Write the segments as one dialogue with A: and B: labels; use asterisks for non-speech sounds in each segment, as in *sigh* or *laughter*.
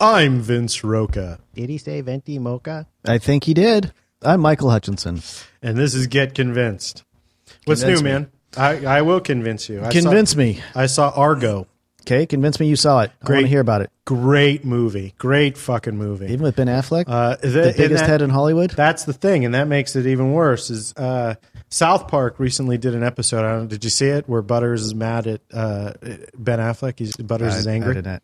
A: I'm Vince Roca,
B: Did he say venti mocha?
C: I think he did. I'm Michael Hutchinson.
A: and this is Get Convinced. What's
C: Convince
A: new,
C: me.
A: man? I, I will convince you. I
C: Convince
A: saw,
C: me.
A: I saw Argo.
C: Okay, convince me you saw it. I want
A: Great.
C: to hear about it.
A: Great movie. Great fucking movie.
C: Even with Ben Affleck,
A: Uh, th-
C: the
A: and
C: biggest
A: that-
C: head in Hollywood.
A: That's the thing, and that makes it even worse. Is uh, South Park recently did an episode? I don't. Did you see it? Where Butters is mad at uh, Ben Affleck. He's Butters is angry.
C: did not.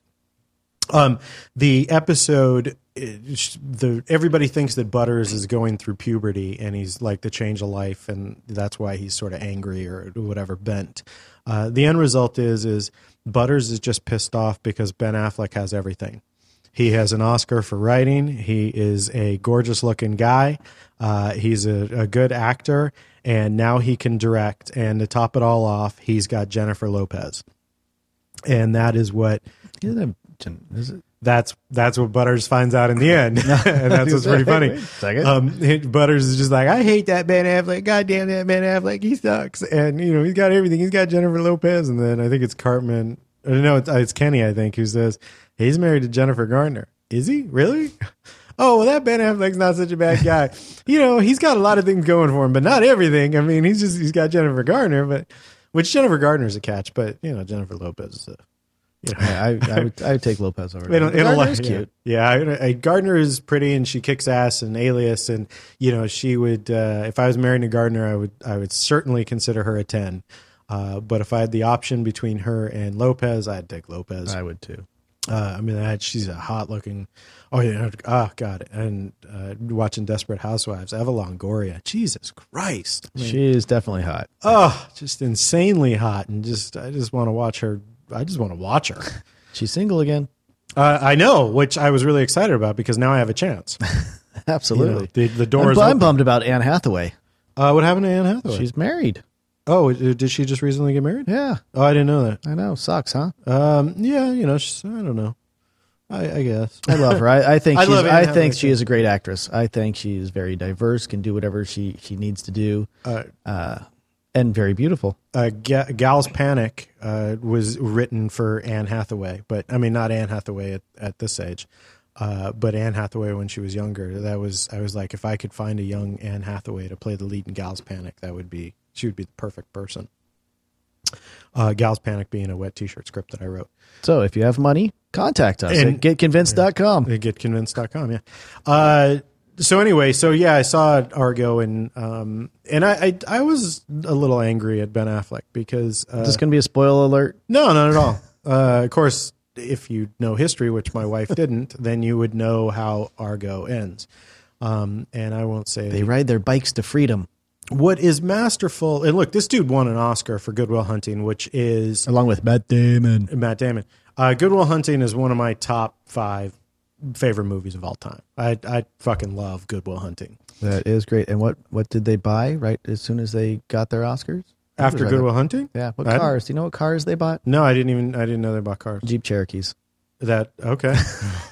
A: Um, the episode, it- sh- the everybody thinks that Butters is going through puberty and he's like the change of life, and that's why he's sort of angry or whatever bent. Uh, the end result is is Butters is just pissed off because Ben Affleck has everything. He has an Oscar for writing. He is a gorgeous looking guy. Uh, he's a, a good actor, and now he can direct. And to top it all off, he's got Jennifer Lopez, and that is what
C: He didn't have- is it?
A: that's that's what Butters finds out in the end, *laughs* and that's what's pretty funny.
C: Wait a second.
A: Um, it- Butters is just like, I hate that Ben Affleck. God damn that Ben Affleck. He sucks. And you know he's got everything. He's got Jennifer Lopez, and then I think it's Cartman. Or no, it's, it's Kenny. I think who says he's married to Jennifer Garner. Is he really? *laughs* Oh well, that Ben Affleck's not such a bad guy. *laughs* you know he's got a lot of things going for him, but not everything. I mean, he's just he's got Jennifer Garner, but which Jennifer Garner's a catch, but you know Jennifer Lopez is a
C: Yeah, I, I, would, I would take Lopez over.
A: they don't, they don't
C: Gardner's
A: like-
C: cute.
A: Yeah, yeah I, I, Gardner is pretty and she kicks ass and Alias and you know she would. Uh, if I was married to Gardner, I would I would certainly consider her a ten. Uh, but if I had the option between her and Lopez, I'd take Lopez.
C: I would too.
A: Uh, I mean, that she's a hot looking. Oh yeah, oh god, and uh, watching Desperate Housewives, Eva Longoria, Jesus Christ, I mean,
C: She is definitely hot.
A: oh, just insanely hot, and just I just want to watch her. I just want to watch her.
C: She's single again. *laughs*
A: Uh, I know, which I was really excited about because now I have a chance. You know,
C: Absolutely.
A: the, the door is
C: I'm, I'm
A: open.
C: bummed about Anne Hathaway.
A: Uh, what happened to Anne Hathaway?
C: She's married.
A: oh, uh, did she just recently get married?
C: Yeah,
A: Oh, I didn't know
C: I know. Sucks, huh?
A: that. Um, yeah, you know, she's, I don't know. I, I guess.
C: I love her. I, I
A: *laughs*
C: think
A: I
C: she's,
A: love Anne
C: I
A: Hathaway,
C: think she
A: too.
C: is a great actress. I think she is very diverse, can do whatever she she needs to do,
A: Uh,
C: and very beautiful.
A: uh, Ga- Gal's Panic uh, was written for Anne Hathaway, but I mean, not Anne Hathaway at, at this age, uh, but Anne Hathaway when she was younger. That was I was like, if I could find a young Anne Hathaway to play the lead in Gal's Panic, that would be she would be the perfect person. Uh, Gal's Panic being a wet T-shirt script that I wrote.
C: So if you have money, contact us
A: And-
C: at getconvinced.com.
A: Uh, getconvinced.com yeah uh so anyway so yeah i saw argo and um and i i, I was a little angry at ben affleck because uh,
C: Is this going to be a spoil alert?
A: no not at all uh of course if you know history which my wife didn't then you would know how argo ends um and i won't say
C: They ride their bikes to freedom
A: what is masterful and look this dude won an oscar for goodwill hunting which is
C: along with Matt Damon.
A: Matt Damon. Uh, Goodwill Hunting is one of my top five favorite movies of all time. I, I fucking love Goodwill Hunting.
C: That is great. And what what did they buy right as soon as they got their Oscars?
A: After Goodwill Hunting?
C: Yeah. What
A: I-
C: cars? Do you know what cars they bought?
A: No, I didn't even I didn't know they bought cars.
C: Jeep Cherokees. *laughs*
A: That okay.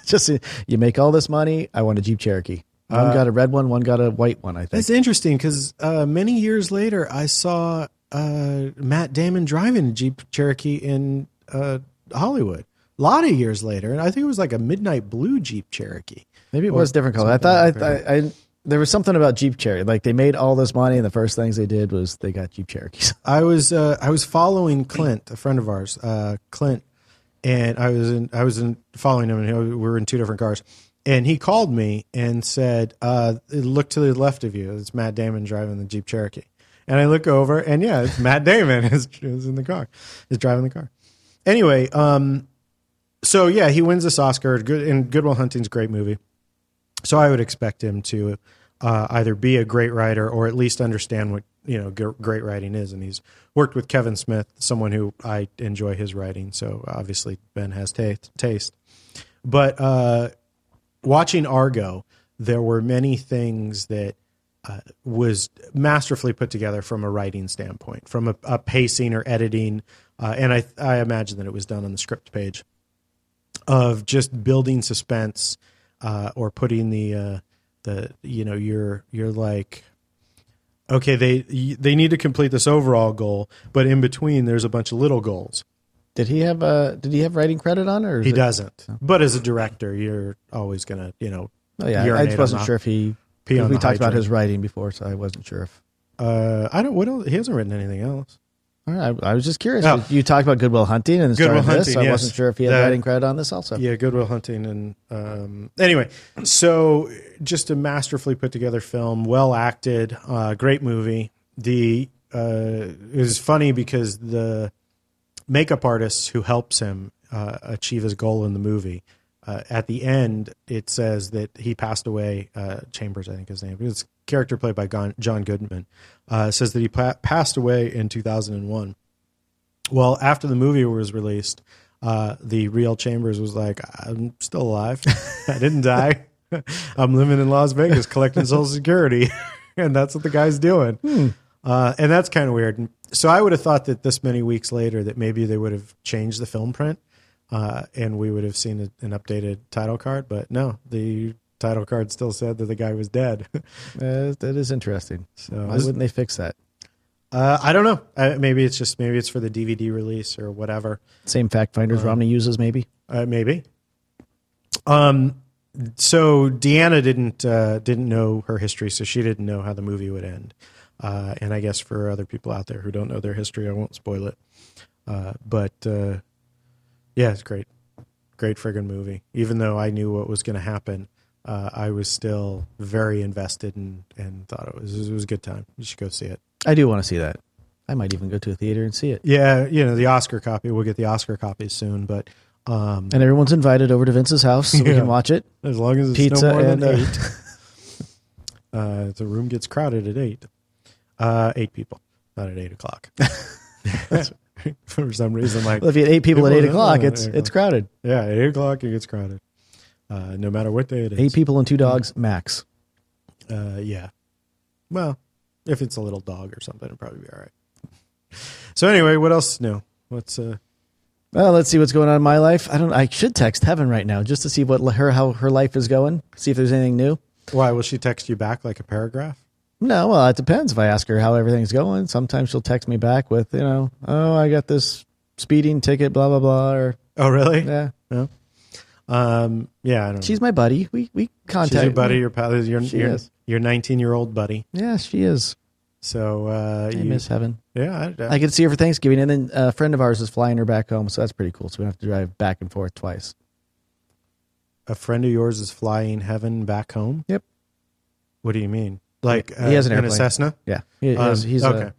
C: Just uh, you make all this money. I want a Jeep Cherokee. One
A: Uh,
C: got a red one. One got a white one. I think.
A: That's interesting because uh, many years later, I saw uh, Matt Damon driving a Jeep Cherokee in uh, Hollywood. A lot of years later, and I think it was like a midnight blue Jeep Cherokee.
C: Maybe it was a different color. I thought I, I, I there was something about Jeep Cherokee. Like they made all this money, and the first things they did was they got Jeep Cherokees. *laughs*
A: I was uh, I was following Clint, a friend of ours, uh, Clint, and I was in I was in following him, and we were in two different cars. And he called me and said, uh, "Look to the left of you. It's Matt Damon driving the Jeep Cherokee." And I look over, and yeah, it's Matt Damon *laughs* is, is in the car, is driving the car. Anyway, um, so yeah, he wins this Oscar. Good and Goodwill Hunting's a great movie. So I would expect him to uh, either be a great writer or at least understand what you know gr- great writing is. And he's worked with Kevin Smith, someone who I enjoy his writing. So obviously Ben has ta- taste. But uh, watching Argo, there were many things that uh, was masterfully put together from a writing standpoint, from a, a pacing or editing, uh, and I, I imagine that it was done on the script page of just building suspense uh, or putting the uh, the you know you're you're like okay they they need to complete this overall goal but in between there's a bunch of little goals
C: Did he have a? Did he have writing credit on, or is
A: He
C: it-
A: doesn't. But as a director, you're always gonna, you know,
C: Oh yeah, I
A: urinate
C: just wasn't
A: on the-
C: sure if he.
A: pee on
C: we
A: the
C: talked about
A: hydrant.
C: his writing before, so I wasn't sure if.
A: Uh, I don't. What else, he hasn't written anything else.
C: All right, I, I was just curious.
A: Oh.
C: You talked about Goodwill Hunting and the start
A: Goodwill
C: of this.
A: Hunting,
C: so I
A: yes.
C: wasn't sure if he had
A: That-
C: writing credit on this also.
A: Yeah, Goodwill Hunting and um, anyway, so just a masterfully put together film, well acted, uh, great movie. The uh, it was funny because the makeup artist who helps him uh, achieve his goal in the movie. Uh, at the end, it says that he passed away. Uh, Chambers, I think his name. His character played by Gon- John Goodman uh, says that he pa- passed away in 2001. Well, after the movie was released, uh, the real Chambers was like, "I'm still alive. I didn't die. *laughs* I'm living in Las Vegas collecting Social Security, *laughs* and that's what the guy's doing." Uh, and that's kind of weird. So I would have thought that this many weeks later, that maybe they would have changed the film print, uh, and we would have seen a, an updated title card. But no, the title card still said that the guy was dead. *laughs*
C: Uh, that is interesting.
A: So
C: Why wouldn't they fix that?
A: uh, I don't know. Uh, maybe it's just maybe it's for the DVD release or whatever.
C: Same fact finders Romney uses, maybe.
A: Uh, maybe. Um. So Deanna didn't uh, didn't know her history, so she didn't know how the movie would end. Uh, and I guess for other people out there who don't know their history, I won't spoil it. Uh, but uh, yeah, it's great, great friggin' movie. Even though I knew what was going to happen, uh, I was still very invested and and thought it was it was a good time. You should go see it.
C: I do want to see that. I might even go to a theater and see it.
A: Yeah, you know the Oscar copy. We'll get the Oscar copy soon, but um,
C: And everyone's invited over to Vince's house so we
A: Yeah.
C: can watch it.
A: as long as it's
C: Pizza
A: no more
C: and
A: than
C: uh,
A: eight, *laughs* uh, the room gets crowded at eight. Uh, eight people, not at eight
C: *laughs*
A: o'clock. *laughs* For some reason, like
C: well, if you had eight people at
A: People- oh,
C: eight o'clock,
A: yeah,
C: it's
A: eight
C: it's crowded.
A: yeah, at eight o'clock it gets crowded, uh, no matter what day it is.
C: Eight people and two dogs max.
A: Uh, yeah. Well, if it's a little dog or something, it'll probably be all right. So anyway, what else? No, what's uh,
C: Well, let's see what's going on in my life. I don't. I should text Heaven right now just to see what her how her life is going. See if there's anything new.
A: why will she text you back like a paragraph?
C: No, well, it depends. If I ask her how everything's going, sometimes she'll text me back with, you know, oh, I got this speeding ticket, blah blah blah, or
A: Oh, really?
C: yeah,
A: No. Um, yeah, I don't. know.
C: she's my buddy. We we contact.
A: She's your buddy, your pal, your
C: She
A: your,
C: is.
A: your 19 year old buddy.
C: Yeah, she is.
A: So uh,
C: I
A: you,
C: miss Heaven.
A: yeah, I, I,
C: I get to see her for Thanksgiving, and then a friend of ours is flying her back home, so that's pretty cool. So we don't have to drive back and forth twice.
A: a friend of yours is flying heaven back home.
C: Yep.
A: What do you mean? Like uh,
C: He has an
A: in a
C: airplane.
A: Cessna.
C: Yeah, he, he
A: Um,
C: is- he's
A: okay.
C: a,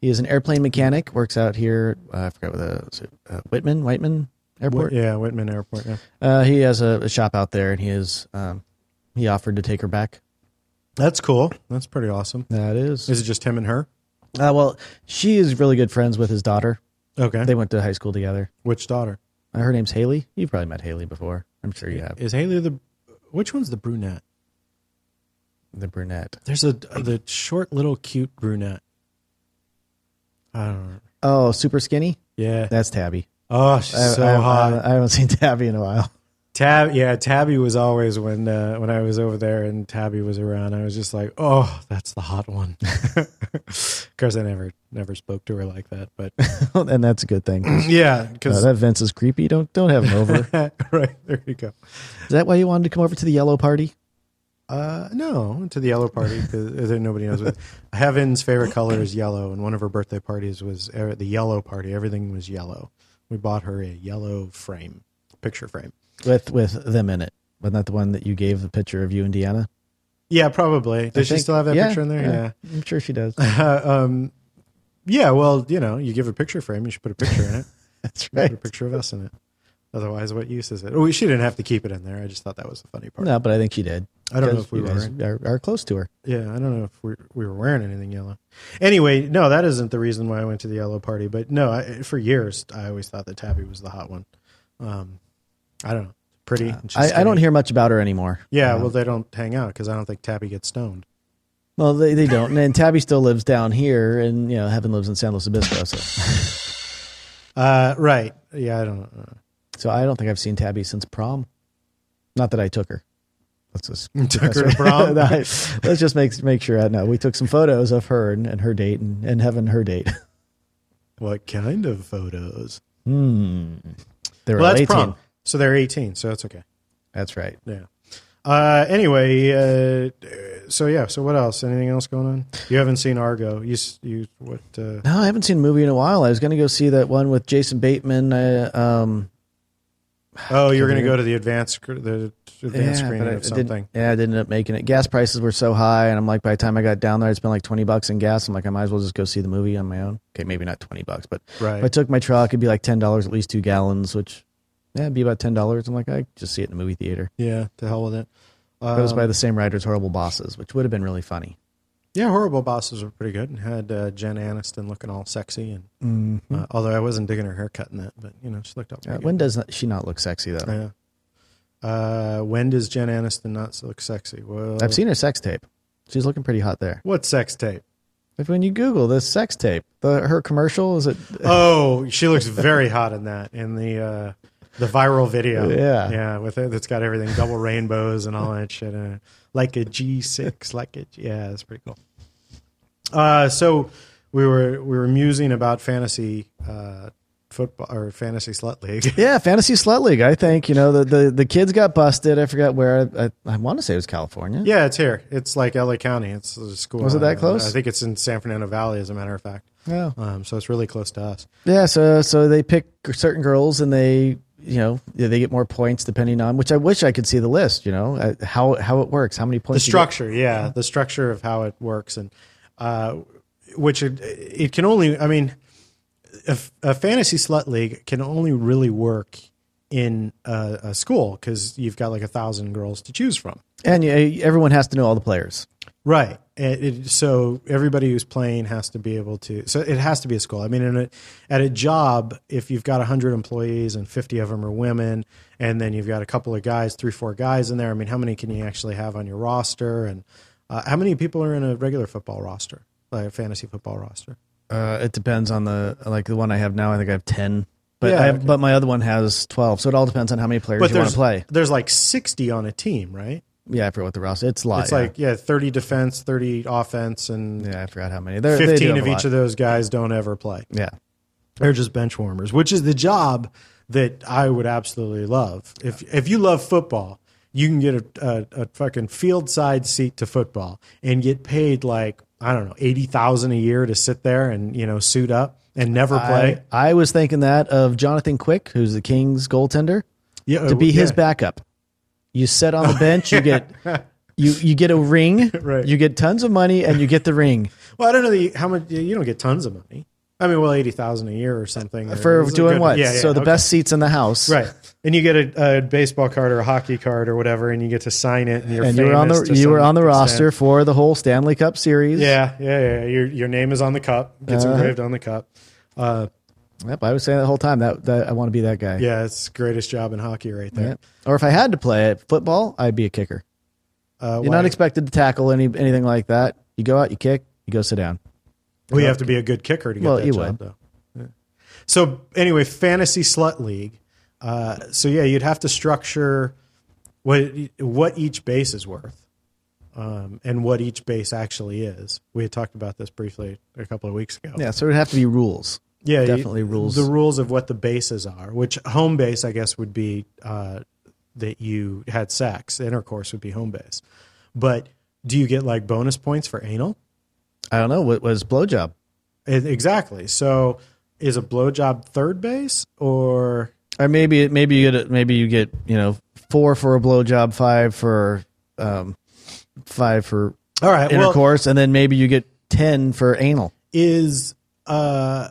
C: he is an airplane mechanic. Works out here. Uh, I forgot what the is it, uh, Whitman Whitman Airport.
A: Wh- yeah, Whitman Airport. Yeah.
C: Uh, he has a, a shop out there, and he is um, he offered to take her back.
A: That's cool. That's pretty awesome.
C: That
A: Is it just him and her?
C: Uh, well, she is really good friends with his daughter.
A: Okay.
C: They went to high school together.
A: Which daughter
C: Uh, her name's Haley. You've probably met Haley before. I'm sure you have.
A: is Haley? The which one's the brunette?
C: The brunette.
A: There's a the short little cute brunette. I don't know.
C: Oh, super skinny.
A: Yeah.
C: That's Tabby.
A: Oh, she's
C: I, uh,
A: so
C: I- I-
A: hot.
C: I haven't seen *laughs* Tabby in a while.
A: Tab, yeah, Tabby was always when uh, when I was over there and Tabby was around. I was just like, oh, that's the hot one. *laughs* of course, I never never spoke to her like that, but *laughs*
C: and that's a good thing. Uh, *laughs*
A: yeah, because
C: that Vince is creepy. Don't don't have
A: *laughs*
C: him over.
A: right there you go.
C: is that why you wanted to come over to the yellow party?
A: Uh, no, to the yellow party *laughs* because nobody knows. What, Heaven's favorite color is yellow, and one of her birthday parties was uh, the yellow party. Everything was yellow. We bought her a yellow frame, picture frame.
C: With with them in it. Wasn't that the one that you gave the picture of you and Deanna?
A: Yeah, probably. Does she
C: think-
A: still have that
C: yeah,
A: picture in there? yeah.
C: I'm sure she
A: *laughs*
C: does. *laughs*
A: um, yeah, well, you know, you give a picture frame, you should put a picture
C: *laughs*
A: in it.
C: That's
A: Put a
C: right.
A: picture of us in it. Otherwise, what use is it? Oh, she didn't have to keep it in there. I just thought that was the funny part.
C: No, but I think she did.
A: I don't know
C: 'Cause
A: if we
C: you
A: were.
C: guys
A: wearing-
C: are, are close to her.
A: Yeah, I don't know if we we were wearing anything yellow. Anyway, no, that isn't the reason why I went to the yellow party. But no, I, for years I always thought that Tabby was the hot one. Um, I don't know, pretty. and she's
C: Uh, I, I don't
A: skinny.
C: hear much about her anymore.
A: Yeah,
C: Um,
A: well, they don't hang out because I don't think Tabby gets stoned.
C: Well, they, they don't. And then Tabby still lives down here, and you know, Heaven lives in San Luis Obispo. So, *laughs*
A: Uh, right? Yeah, I don't. uh, know.
C: *laughs* so I don't think I've seen Tabby since prom. Not that I took her. Let's just
A: Took her to
C: *laughs*
A: prom?
C: No, I- let's just make make sure. I know we took some photos *laughs* of her and, and her date, and, and Heaven her date.
A: What kind of photos?
C: They Hmm. were
A: Well, that's
C: 18.
A: prom. So they're 18, so that's okay.
C: That's right.
A: Yeah. Uh, anyway, uh, so yeah. So what else? Anything else going on? You haven't seen Argo. You s- you what? Uh,
C: No, I haven't seen a movie in a while. I was going to go see that one with Jason Bateman. Uh, um,
A: oh, you're going to go to the advanced sc- the
C: yeah,
A: advanced screening
C: but I-
A: of
C: I didn't-
A: something.
C: yeah, I didn't end up making it. Gas prices were so high, and I'm like, by the time I got down there, I spent like 20 bucks in gas. I'm like, I might as well just go see the movie on my own. Okay, maybe not 20 bucks, but if I
A: Right.
C: took my truck, it'd be like $10 at least two gallons, which yeah, it'd be about $10. I'm like, I could just see it in the movie theater.
A: Yeah. To hell with it.
C: But it was
A: Um,
C: by the same writers, Horrible Bosses, which would have been really funny.
A: yeah, horrible bosses were pretty good and had uh, Jen Aniston looking all sexy and uh, although I wasn't digging her haircut in that, but you know she looked up.
C: Uh,
A: pretty
C: Mm-hmm. when does not, she not look sexy, though?
A: good. Yeah. Uh, when does Jen Aniston not look sexy? Well,
C: I've seen her sex tape. She's looking pretty hot there.
A: what sex tape?
C: If when you Google this sex tape, the, her commercial is it?
A: Oh, she looks very hot in that in the uh, the viral video.
C: Yeah.
A: yeah, with it that's got everything double rainbows and all that shit. in it. Like a G six, like a yeah, that's pretty cool. Uh, so we were we were musing about fantasy uh, football or fantasy slut league. *laughs*
C: Yeah, fantasy slut league. I think you know the the, the kids got busted. I forgot where. I, I, I want to say it was California.
A: yeah, it's here. It's like L.A. County. It's a school.
C: Was it that
A: Uh,
C: close?
A: I think it's in San Fernando Valley, as a matter of fact.
C: Yeah.
A: Um, so it's really close to us.
C: Yeah. So so they pick certain girls and they you know yeah, they get more points depending on which I wish I could see the list. You know uh, how how it works, how many
A: the
C: points. you get.
A: structure yeah the structure of how it works and uh, which it, it can only i mean a, a fantasy slut league can only really work in a, a school because you've got like a thousand girls to choose from
C: And you, everyone has to know all the players.
A: right And it, so everybody who's playing has to be able to so it has to be a school i mean in a, at a job if you've got 100 employees and 50 of them are women and then you've got a couple of guys three four guys in there i mean how many can you actually have on your roster and uh, how many people are in a regular football roster like a fantasy football roster
C: Uh, it depends on the like the one I have now. I think I have ten, but
A: Yeah,
C: I have,
A: okay.
C: but my other one has twelve. So it all depends on how many players
A: but
C: you want
A: there's
C: to play.
A: there's like 60 on a team right
C: Yeah, I forgot what the roster. It's a lot.
A: it's
C: yeah.
A: like yeah 30 defense 30 offense and
C: yeah, I forgot how many. They're, they
A: 15
C: do have
A: of
C: a
A: each
C: lot.
A: of those guys don't ever play
C: Yeah,
A: They're just bench warmers, which is the job that I would absolutely love. If if you love football, you can get a, a, a fucking field side seat to football and get paid like I don't know eighty thousand a year to sit there and you know suit up and never play.
C: I, I was thinking that of Jonathan Quick, who's the Kings goaltender,
A: yeah,
C: to be his
A: Oh, yeah.
C: backup. You sit on
A: *laughs*
C: the bench, you get you you get a ring,
A: Right.
C: you get tons of money, and you get the ring
A: *laughs* Well, I don't know the, how much you don't get tons of money. I mean, well, eighty thousand a year or something
C: for
A: It's a
C: doing
A: good-
C: what?
A: Yeah, yeah,
C: so the
A: okay.
C: best seats in the house,
A: Right, and you get a, a baseball card or a hockey card or whatever, and you get to sign it, and you're
C: And you were on
A: famous
C: the
A: to
C: you were
A: some
C: on the
A: extent.
C: roster for the whole Stanley Cup series.
A: Yeah, yeah, yeah. Your your name is on the cup. Gets
C: Uh-huh.
A: engraved on the cup. Uh,
C: Yep, I was saying that the whole time that, that I want to be that guy.
A: yeah, it's the greatest job in hockey right there.
C: Yep. Or if I had to play it, football, I'd be a kicker.
A: Uh,
C: You're
A: why-
C: not expected to tackle any anything like that. You go out, you kick, you go sit down.
A: well, you have to be a good kicker to get
C: Well,
A: that
C: you
A: job,
C: would.
A: though. Yeah. So anyway, fantasy slut league. Uh, so yeah, you'd have to structure what what each base is worth, um, and what each base actually is. We had talked about this briefly a couple of weeks ago.
C: Yeah, so it would have to be rules.
A: yeah, you-
C: definitely rules.
A: the rules of what the bases are. Which home base, I guess, would be uh, that you had sex. Intercourse would be home base. But do you get like bonus points for anal?
C: I don't know what was blowjob.
A: E- exactly. So is a blowjob third base or
C: or maybe maybe you get a, maybe you get you know four for a blowjob, five for um, five for
A: all right? Well,
C: intercourse, and then maybe you get ten for anal.
A: is uh.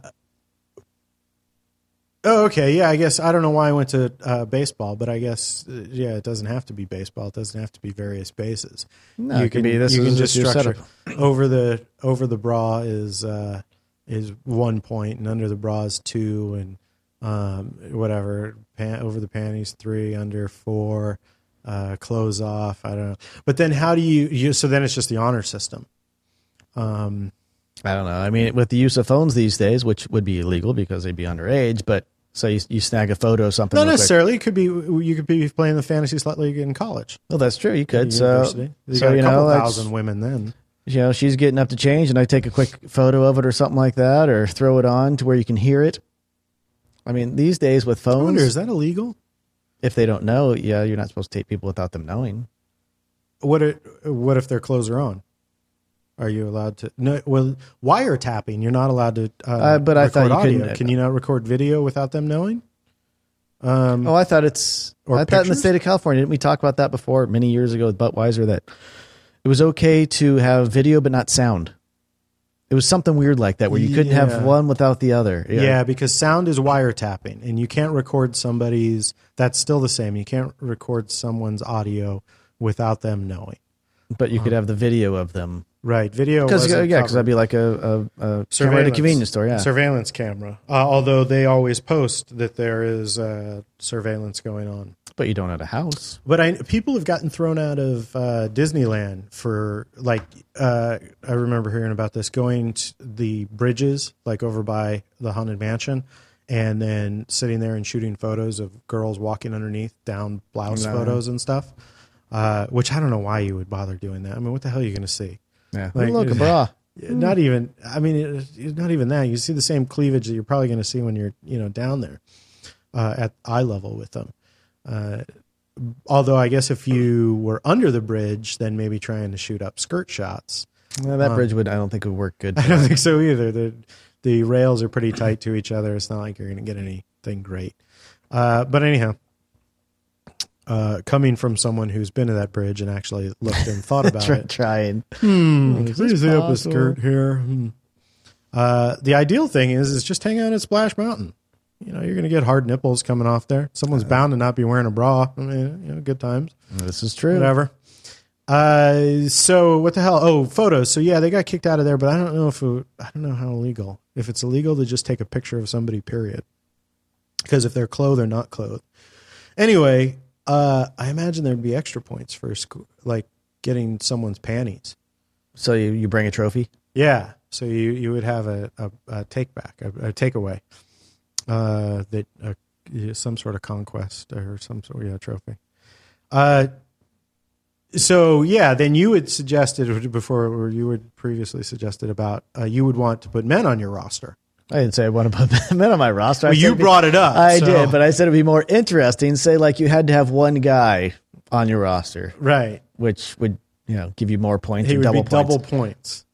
A: Oh, okay. Yeah, I guess I don't know why I went to uh, baseball, but I guess uh, yeah, it doesn't have to be baseball. It doesn't have to be various bases.
C: No, it could be this
A: you
C: is
A: can
C: just
A: just
C: your
A: structure *clears throat* over the over the bra is uh, is one point, and under the bra is two, and um, whatever pan, over the panties three, under four, uh, clothes off. I don't know. But then how do you, you? So then it's just the honor system.
C: I don't know. I mean, with the use of phones these days, which would be illegal because they'd be underage, but so you, you snag a photo of something.
A: Not
C: real quick.
A: necessarily. It could be you could be playing the fantasy slut league in college,
C: Well, that's true. You could. So,
A: university. You
C: so
A: got a
C: you
A: couple
C: know, it's-
A: thousand women then.
C: you know, she's getting up to change, and I take a quick photo of it or something like that, or throw it on to where you can hear it. I mean, these days with
A: I wonder,
C: phones,
A: is that illegal?
C: if they don't know, yeah, you're not supposed to take people without them knowing.
A: What it, what if their clothes are on? Are you allowed to? No. Well, wiretapping, you're not allowed to. Uh,
C: Uh, but I thought
A: record
C: you couldn't- uh,
A: audio. Can you not record video without them knowing?
C: Oh, I thought it's.
A: Or
C: I thought in the
A: pictures?
C: state of California, didn't we talk about that before many years ago with Budweiser that it was okay to have video but not sound. It was something weird like that where you couldn't
A: Yeah.
C: have one without the other.
A: Yeah. because sound is wiretapping, and you can't record somebody's. That's still the same. You can't record someone's audio without them knowing.
C: but you could have the video of them
A: Right. Video.
C: because
A: Uh-huh.
C: yeah,
A: wasn't
C: because
A: covered.
C: that'd be like a, a, a camera at a convenience store. Yeah,
A: Surveillance camera. Uh, although they always post that there is uh, surveillance going on.
C: but you don't at a house.
A: But I, people have gotten thrown out of uh, Disneyland for like uh, I remember hearing about this going to the bridges like over by the haunted mansion, and then sitting there and shooting photos of girls walking underneath down blouse photos and stuff. Uh, which I don't know why you would bother doing that. I mean, what the hell are you going to see?
C: Yeah,
A: Like-
C: look,
A: *laughs*
C: a bra.
A: Not even. I mean, it, it's not even that. You see the same cleavage that you're probably going to see when you're, you know, down there uh, at eye level with them. Uh, although I guess if you were under the bridge, then maybe trying to shoot up skirt shots. *laughs*
C: Yeah, that bridge would I don't think would work good.
A: Uh-huh. I don't think so either. The the rails are pretty tight to each other. It's not like you're going to get anything great. Uh, but anyhow, uh, coming from someone who's been to that bridge and actually looked and thought about
C: Try,
A: it,
C: trying.
A: Please hang up a
C: possible?
A: skirt here. Hmm. Uh, the ideal thing is is just hang out at Splash Mountain. You know, you're going to get hard nipples coming off there. Someone's bound to not be wearing a bra. I mean, you know, good times,
C: This is true.
A: whatever. Uh, so what the hell? Oh, photos. So yeah, they got kicked out of there, but I don't know if it, I don't know how illegal. If it's illegal to just take a picture of somebody, period. Because if they're clothed, they're not clothed. Anyway, uh, I imagine there'd be extra points for sc- like getting someone's panties.
C: So you, you bring a trophy.
A: Yeah. So you, you would have a, a, a take back, a, a takeaway uh, that uh, yeah, some sort of conquest or some sort of yeah, trophy. Uh, so yeah, then you had suggested before, or you had previously suggested about uh, you would want to put men on your roster.
C: I didn't say I want *laughs* to put men on my roster. I
A: Well,
C: said
A: you
C: it'd be-
A: brought it up.
C: I
A: so-
C: did, but I said it'd be more interesting. Say like you had to have one guy on your roster,
A: right,
C: which would you know give you more points
A: he
C: or
A: would
C: double
A: be
C: points.
A: double points.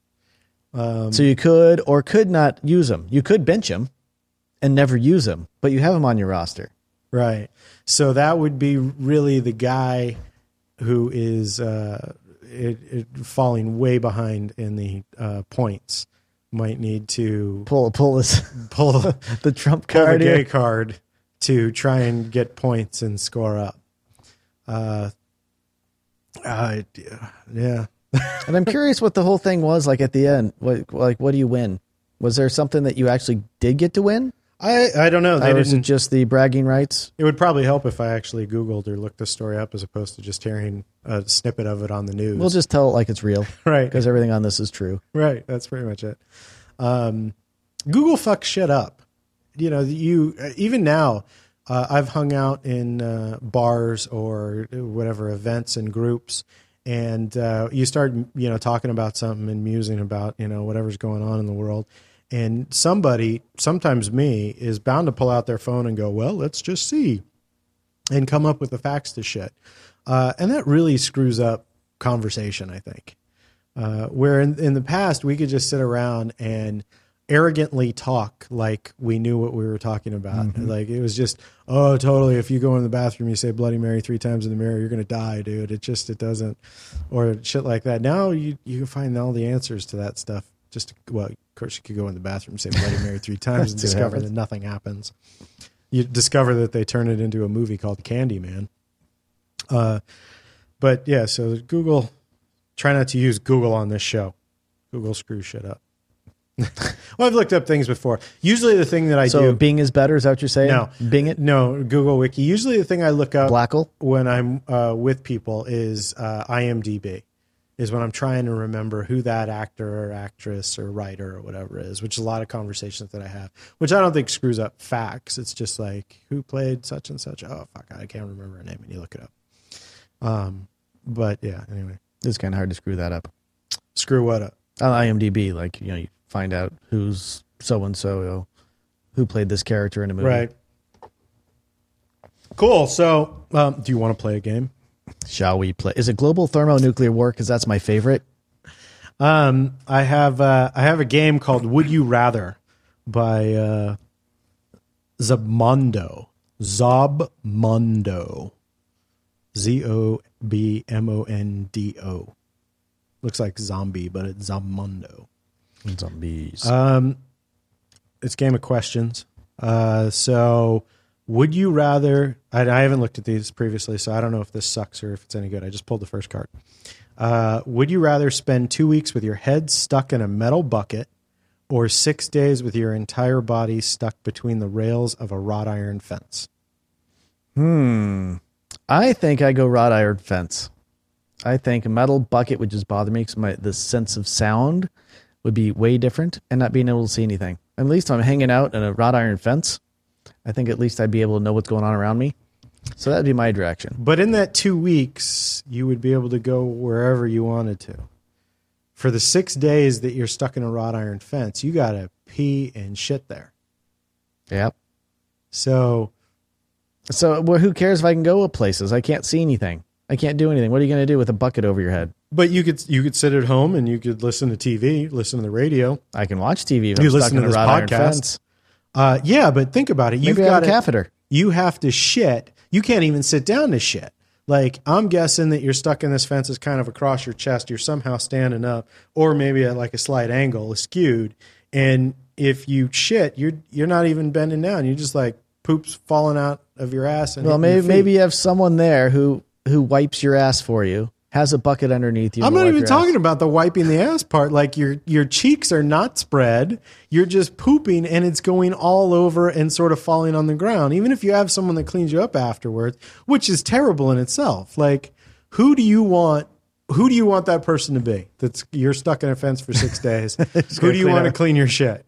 C: so you could or could not use them. You could bench him and never use him, but you have him on your roster.
A: Right. So that would be really the guy who is uh, it, it falling way behind in the uh, points might need to
C: Pull pull *laughs* this
A: pull, pull
C: the trump
A: the
C: card.
A: gay
C: here.
A: card to try and get points and score up. Uh, uh, yeah.
C: And I'm curious what the whole thing was like at the end. What like what do you win? Was there something that you actually did get to win?
A: I, I don't know. They
C: Or was it
A: didn't.
C: just the bragging rights?
A: It would probably help if I actually Googled or looked the story up as opposed to just hearing a snippet of it on the news.
C: We'll just tell it like it's
A: *laughs*
C: real.
A: right.
C: Because everything on this is true.
A: *laughs* Right. That's pretty much it. Um, Google fucks shit up. You know, you even now, uh, I've hung out in uh, bars or whatever events and groups, and uh, you start you know talking about something and musing about you know whatever's going on in the world, and somebody, sometimes me, is bound to pull out their phone and go, well, let's just see and come up with the facts to shit. Uh, and that really screws up conversation, I think. Uh, where in, in the past, we could just sit around and arrogantly talk like we knew what we were talking about. Like it was just, oh, totally. If you go in the bathroom, you say Bloody Mary three times in the mirror, you're going to die, dude. It just, it doesn't, or shit like that. Now you, you can find all the answers to that stuff. Just, well, of course, you could go in the bathroom, say Bloody Mary three times and
C: It
A: discover
C: happens.
A: that nothing happens you discover that they turn it into a movie called Candyman. Uh, but yeah, so Google, try not to use Google on this show. Google screws shit up. *laughs* well, I've looked up things before. Usually, the thing that I
C: So
A: do,
C: Bing is better, is that what you're saying?
A: No.
C: Bing it?
A: no Google Wiki. Usually, the thing I look up
C: Blackle?
A: when I'm uh, with people is uh, IMDb. Is when I'm trying to remember who that actor or actress or writer or whatever is, which is a lot of conversations that I have, which I don't think screws up facts. It's just like who played such and such. Oh fuck, I can't remember her name, and you look it up. Um, but yeah, anyway,
C: It's kind of hard to screw that up.
A: screw what up.
C: On IMDb, like, you know, you find out who's so and so, who played this character in a movie.
A: Right. Cool. So, um, do you want to play a game?
C: Shall we play? Is it global thermonuclear war? Because that's my favorite.
A: Um, I have uh, I have a game called Would You Rather by uh, Zabmondo. Zobmondo. Z O B M O N D O. Looks like zombie, but it's Zobmondo.
C: Zombies.
A: It's a game of questions. Uh, so, would you rather? I, I haven't looked at these previously, so I don't know if this sucks or if it's any good. I just pulled the first card. Uh, would you rather spend two weeks with your head stuck in a metal bucket or six days with your entire body stuck between the rails of a wrought iron fence?
C: I think I go wrought iron fence. I think a metal bucket would just bother me because my the sense of sound would be way different, and not being able to see anything. At least I'm hanging out in a wrought iron fence. I think at least I'd be able to know what's going on around me. So that'd be my direction.
A: But in that two weeks, you would be able to go wherever you wanted to. For the six days that you're stuck in a wrought iron fence, you got to pee and shit there.
C: Yep.
A: So
C: So well, who cares if I can go places? I can't see anything. I can't do anything. What are you going to do with a bucket over your head?
A: But you could you could sit at home and you could listen to TV, listen to the radio.
C: I can watch TV. If
A: You
C: I'm
A: listen
C: stuck in
A: to
C: a
A: this
C: wrought iron
A: podcast.
C: fence.
A: Uh, yeah, but think about it. You've
C: Maybe I
A: got
C: have a
A: to,
C: catheter.
A: you have to shit. You can't even sit down to shit. Like I'm guessing that you're stuck in this fence is kind of across your chest. You're somehow standing up, or maybe at like a slight angle, skewed. And if you shit, you're you're not even bending down. You're just like poops falling out of your ass. And
C: Well,
A: hitting your
C: maybe
A: feet.
C: maybe you have someone there who who wipes your ass for you, has a bucket underneath you.
A: I'm
C: to
A: not
C: wipe
A: even
C: your
A: talking about the wiping the ass part. Like your your cheeks are not spread. You're just pooping and it's going all over and sort of falling on the ground. Even if you have someone that cleans you up afterwards, which is terrible in itself. Like who do you want who do you want that person to be? That's you're stuck in a fence for
C: *laughs*
A: six days. who do you
C: clean
A: want to
C: up.
A: clean your shit?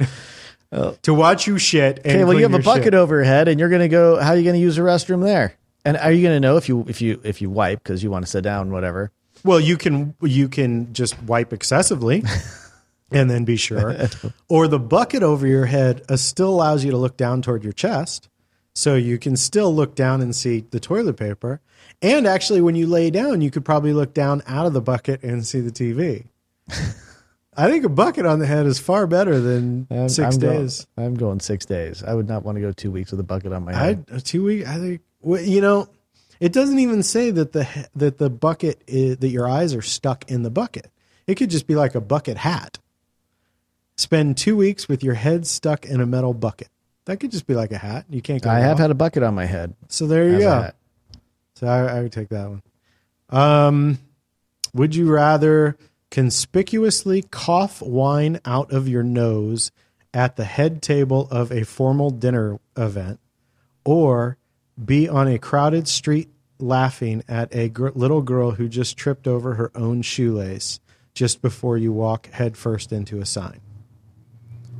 A: to watch you shit. And
C: Okay, well,
A: clean
C: you have a
A: your
C: bucket
A: shit.
C: over your head, and you're going to go. How are you going to use the restroom there? And are you going to know if you if you if you wipe because you want to sit down, whatever?
A: Well, you can you can just wipe
C: *laughs*
A: excessively and then be sure. or the bucket over your head uh, still allows you to look down toward your chest. So you can still look down and see the toilet paper. And actually when you lay down, you could probably look down out of the bucket and see the
C: *laughs*
A: TV. I think a bucket on the head is far better than 6
C: I'm going-
A: days.
C: I'm going six days. I would not want to go two weeks with a bucket on my
A: I
C: head.
A: a two week. I think well, you know. It doesn't even say that the he- that the bucket i that your eyes are stuck in the bucket. It could just be like a bucket hat. Spend two weeks with your head stuck in a metal bucket. That could just be like a hat. You can't. Get
C: I,
A: it
C: have
A: off.
C: had a bucket on my head.
A: So there you
C: as a
A: go.
C: hat.
A: So I, I would take that one. Um, would you rather conspicuously cough wine out of your nose at the head table of a formal dinner event, or be on a crowded street laughing at a gr- little girl who just tripped over her own shoelace just before you walk headfirst into a sign?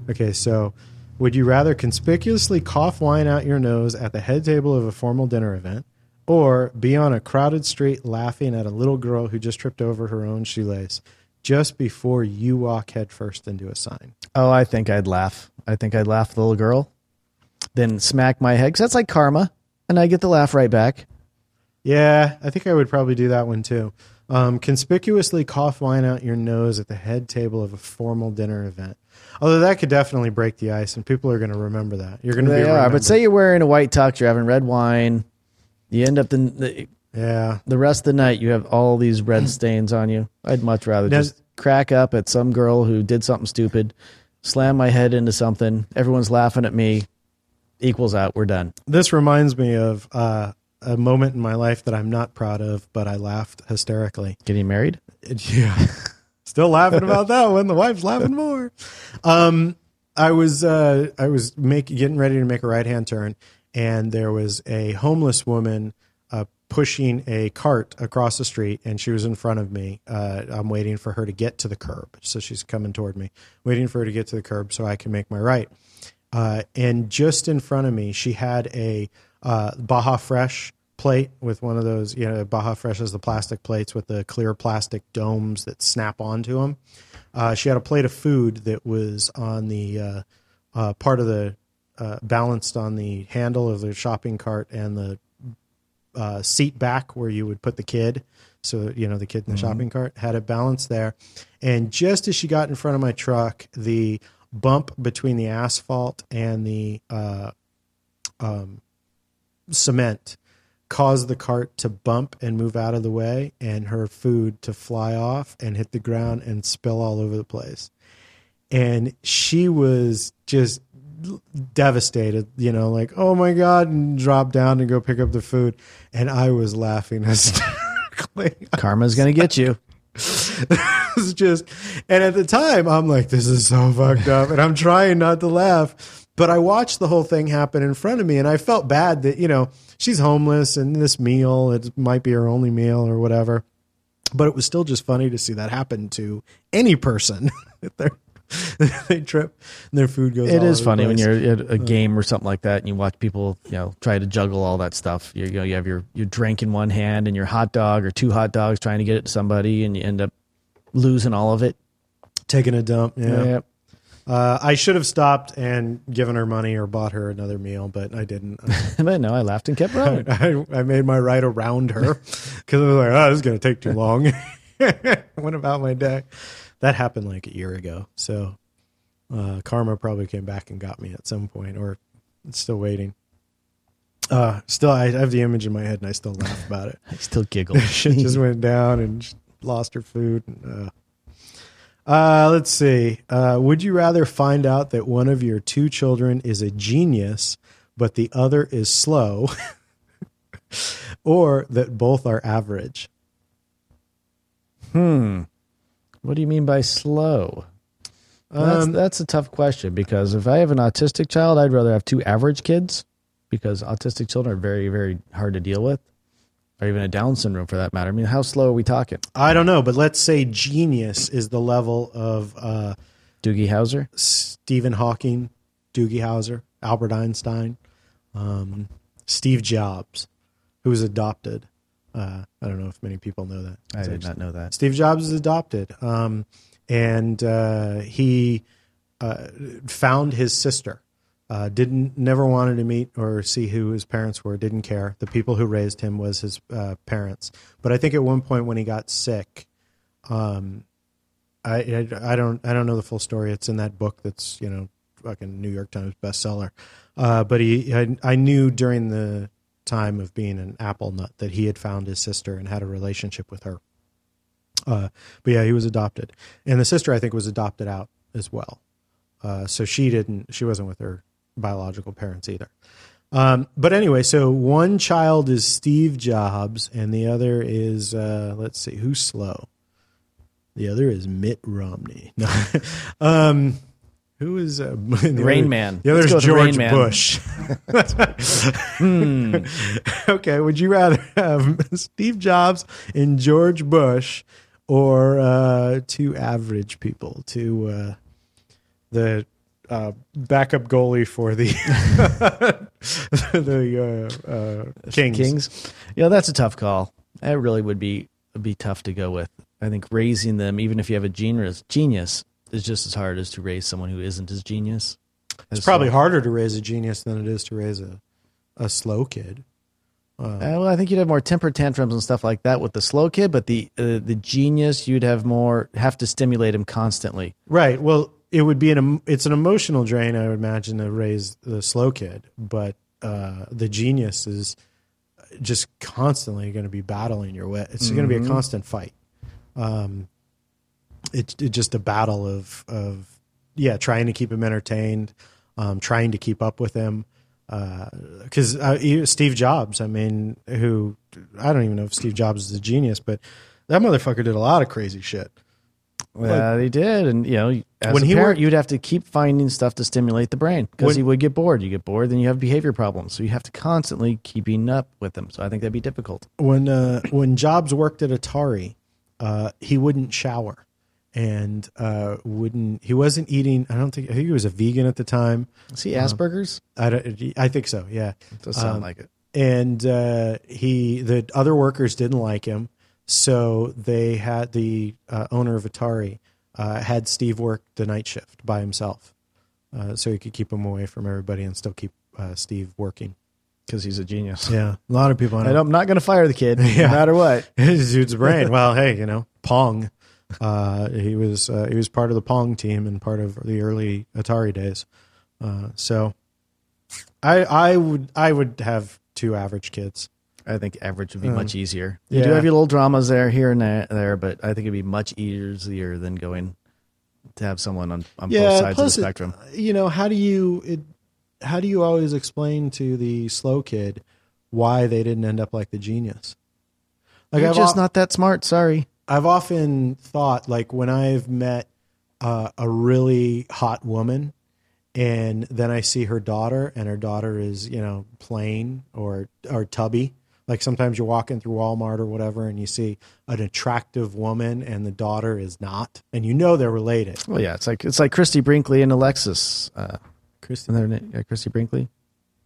A: Okay, so would you rather conspicuously cough wine out your nose at the head table of a formal dinner event or be on a crowded street laughing at a little girl who just tripped over her own shoelace just before you walk headfirst into a sign?
C: Oh, I think I'd laugh. I think I'd laugh at the little girl, then smack my head. 'cause that's like karma, and I get the laugh right back.
A: Yeah, I think I would probably do that one too. Um, conspicuously cough wine out your nose at the head table of a formal dinner event. Although that could definitely break the ice, and people are going to remember that. You're going to be
C: They are,
A: remembered.
C: but say you're wearing a white tux, you're having red wine. You end up the, the
A: yeah,
C: the rest of the night, you have all
A: *clears throat*
C: these red stains on you. I'd much rather
A: Now-
C: just crack up at some girl who did something stupid, slam my head into something. Everyone's laughing at me. Equals out. We're done.
A: this reminds me of uh, a moment in my life that I'm not proud of, but I laughed hysterically.
C: Getting married.
A: Yeah. *laughs* Still laughing about that one. The wife's laughing more. Um, I was uh, I was make, getting ready to make a right hand turn, and there was a homeless woman uh, pushing a cart across the street, and she was in front of me. Uh, I'm waiting for her to get to the curb, so she's coming toward me, waiting for her to get to the curb so I can make my right. Uh, and just in front of me, she had a uh, Baja Fresh plate with one of those, you know, Baja Fresh is the plastic plates with the clear plastic domes that snap onto them. Uh, she had a plate of food that was on the uh, uh, part of the uh, balanced on the handle of the shopping cart and the uh, seat back where you would put the kid. So, you know, the kid in the shopping cart had it balanced there. And just as she got in front of my truck, the bump between the asphalt and the uh, um, cement caused the cart to bump and move out of the way and her food to fly off and hit the ground and spill all over the place. And she was just devastated, you know, like, oh my God, and dropped down to go pick up the food. And I was laughing *laughs* hysterically.
C: Karma's gonna get you.
A: it was just, and at the time, I'm like, this is so fucked up. And I'm trying not to laugh. But I watched the whole thing happen in front of me and I felt bad that, you know, she's homeless and this meal, it might be her only meal or whatever. But it was still just funny to see that happen to any person. *laughs* their, they trip and their food goes
C: It
A: all over
C: is
A: the
C: funny when
A: place.
C: you're at a game or something like that, and you watch people, you know, try to juggle all that stuff. You, you know, you have your your drink in one hand and your hot dog or two hot dogs trying to get it to somebody, and you end up losing all of it.
A: taking a dump. Yeah.
C: Yep.
A: Uh, I should have stopped and given her money or bought her another meal, but I didn't.
C: but no, I laughed *laughs* and kept running.
A: I, *laughs* I made my ride around her *laughs* because I was like, oh, this is going to take too long. *laughs* I went about my day. That happened like a year ago. So uh, karma probably came back and got me at some point, or it's still waiting. Uh, still, I, I have the image in my head and I still laugh about it.
C: I still
A: *laughs*
C: giggled.
A: Shit just went down and she lost her food. And, uh, uh, let's see. Uh, would you rather find out that one of your two children is a genius, but the other is slow, *laughs* or that both are average?
C: What do you mean by slow? That's, that's a tough question because if I have an autistic child, I'd rather have two average kids because autistic children are very, very hard to deal with, or even a Down syndrome for that matter. I mean, how slow are we talking?
A: I don't know, but let's say genius is the level of uh,
C: Doogie Howser?
A: Stephen Hawking, Doogie Howser, Albert Einstein, um, Steve Jobs, who was adopted. Uh, I don't know if many people know that.
C: I did not know that.
A: Steve Jobs is adopted, um, and uh, he uh, found his sister. Uh, didn't never wanted to meet or see who his parents were. Didn't care. The people who raised him was his uh, parents. But I think at one point when he got sick, um, I, I I don't I don't know the full story. It's in that book that's you know fucking New York Times bestseller. Uh, but he I, I knew during the time of being an apple nut that he had found his sister and had a relationship with her. Uh, but yeah, he was adopted, and the sister I think was adopted out as well. Uh, so she didn't, she wasn't with her biological parents either. Um, but anyway, so one child is Steve Jobs, and the other is uh, let's see, who's slow. The other is Mitt Romney. *laughs* No. um, who is uh, *laughs* the
C: Rain
A: other-
C: Man.
A: The other
C: Let's
A: is
C: go with Rain
A: George
C: Man.
A: Bush. *laughs*
C: Hmm.
A: okay, would you rather have *laughs* Steve Jobs and George Bush or uh, two average people, two uh, the uh, backup goalie for the *laughs* the uh, uh, Kings.
C: Kings? Yeah, that's a tough call. That really would be would be tough to go with. I think raising them, even if you have a genius, genius is just as hard as to raise someone who isn't as genius.
A: It's probably harder to raise a genius than it is to raise a a slow kid.
C: Uh, well, I think you'd have more temper tantrums and stuff like that with the slow kid, but the uh, the genius you'd have more have to stimulate him constantly.
A: Right. Well, it would be an em- it's an emotional drain, I would imagine, to raise the slow kid, but uh, the genius is uh, just constantly going to be battling your wit. It's going to be a constant fight. Um, it's it's just a battle of of yeah, trying to keep him entertained, um, trying to keep up with him. Because uh, you- Steve Jobs, I mean, who I don't even know if Steve Jobs is a genius, but that motherfucker did a lot of crazy shit.
C: Yeah, they did, and you know, as
A: When
C: a
A: he
C: parent,
A: wor-
C: you'd have to keep finding stuff to stimulate the brain because he would get bored. You get bored, then you have behavior problems. So you have to constantly keeping up with them. So I think that'd be difficult.
A: when uh, when Jobs worked at Atari, uh, he wouldn't shower, and uh, wouldn't he wasn't eating. I don't think I think he was a vegan at the time.
C: See, Asperger's
A: I don't, I think so. Yeah,
C: does sound like it.
A: and uh, he the other workers didn't like him, so they had the uh, owner of Atari uh, had Steve work the night shift by himself uh, so he could keep him away from everybody and still keep uh, Steve working.
C: because he's a genius.
A: Yeah, a lot of people. I
C: And
A: know.
C: I'm not going to fire the *laughs* kid,
A: Yeah.
C: no matter what.
A: *laughs* His dude's brain. Well, hey, you know, Pong. Uh, he was uh, he was part of the Pong team and part of the early Atari days. Uh, so, I I would I would have two average kids.
C: I think average would be much easier. You do
A: yeah.
C: have your little dramas there, here and there, there, but I think it'd be much easier than going to have someone on, on both sides of the
A: plus it-
C: spectrum.
A: you know, how do you it, how do you always explain to the slow kid why they didn't end up like the genius? Like
C: You're
A: I've
C: just
A: al-
C: not that smart. Sorry.
A: I've often thought like when I've met uh, a really hot woman and then I see her daughter and her daughter is, you know, plain or or tubby. Like sometimes you're walking through Walmart or whatever and you see an attractive woman and the daughter is not and you know they're related.
C: Well, yeah, it's like it's like Christy Brinkley and Alexis. Uh,
A: Christy
C: and their name, yeah, Christy Brinkley.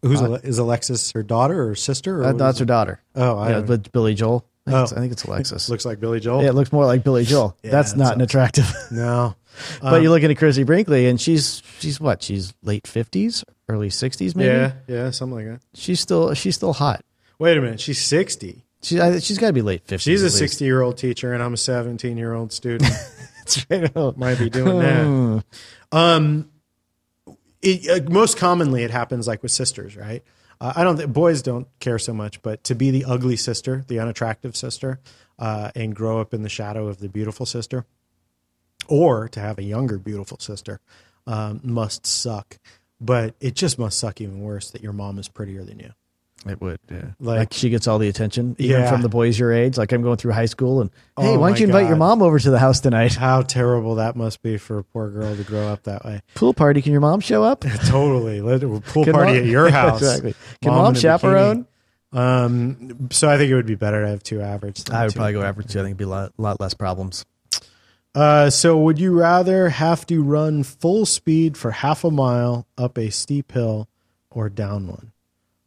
A: Who's Ale- is Alexis her daughter or sister or
C: That,
A: what
C: that's
A: is
C: her daughter.
A: it? Oh, I
C: yeah,
A: don't-
C: but Billy Joel. I think,
A: Oh.
C: it's, I *laughs* think it's Alexis.
A: looks like Billy Joel.
C: yeah, it looks more like Billy *laughs* Joel. that's
A: that
C: not an attractive.
A: No.
C: but you're looking at Christy Brinkley, and she's she's what? She's late fifties, early sixties, maybe.
A: Yeah, yeah, something like that.
C: She's still she's still hot.
A: Wait a minute, she's 60.
C: She I, she's got to be late fifties.
A: She's a 60 year old teacher, and I'm a 17 year old student. *laughs*
C: *laughs*
A: Might be doing that. Um,
C: Hmm.
A: It, uh, most commonly, it happens like with sisters, right? Uh, I don't think boys don't care so much, but to be the ugly sister, the unattractive sister, uh, and grow up in the shadow of the beautiful sister, or to have a younger beautiful sister, um, must suck. But it just must suck even worse that your mom is prettier than you.
C: It would. Yeah. Like,
A: Like-
C: she gets all the attention, even
A: Yeah.
C: from the boys your age. Like I'm going through high school, and hey,
A: Oh my
C: why don't you invite your
A: God.
C: mom over to the house tonight? *laughs*
A: How terrible that must be for a poor girl to grow up that way.
C: Pool party? Can your mom show up?
A: Totally. Let a pool
C: Can
A: party
C: mom-
A: at
C: *laughs*
A: your house.
C: Exactly. Can mom
A: in a
C: chaperone?
A: bikini. Um, so I think it would be better to have two average. than
C: *laughs* I would
A: two.
C: probably go average. too. I think it'd be a lot, lot less problems.
A: Uh, so would you rather have to run full speed for half a mile up a steep hill or down one?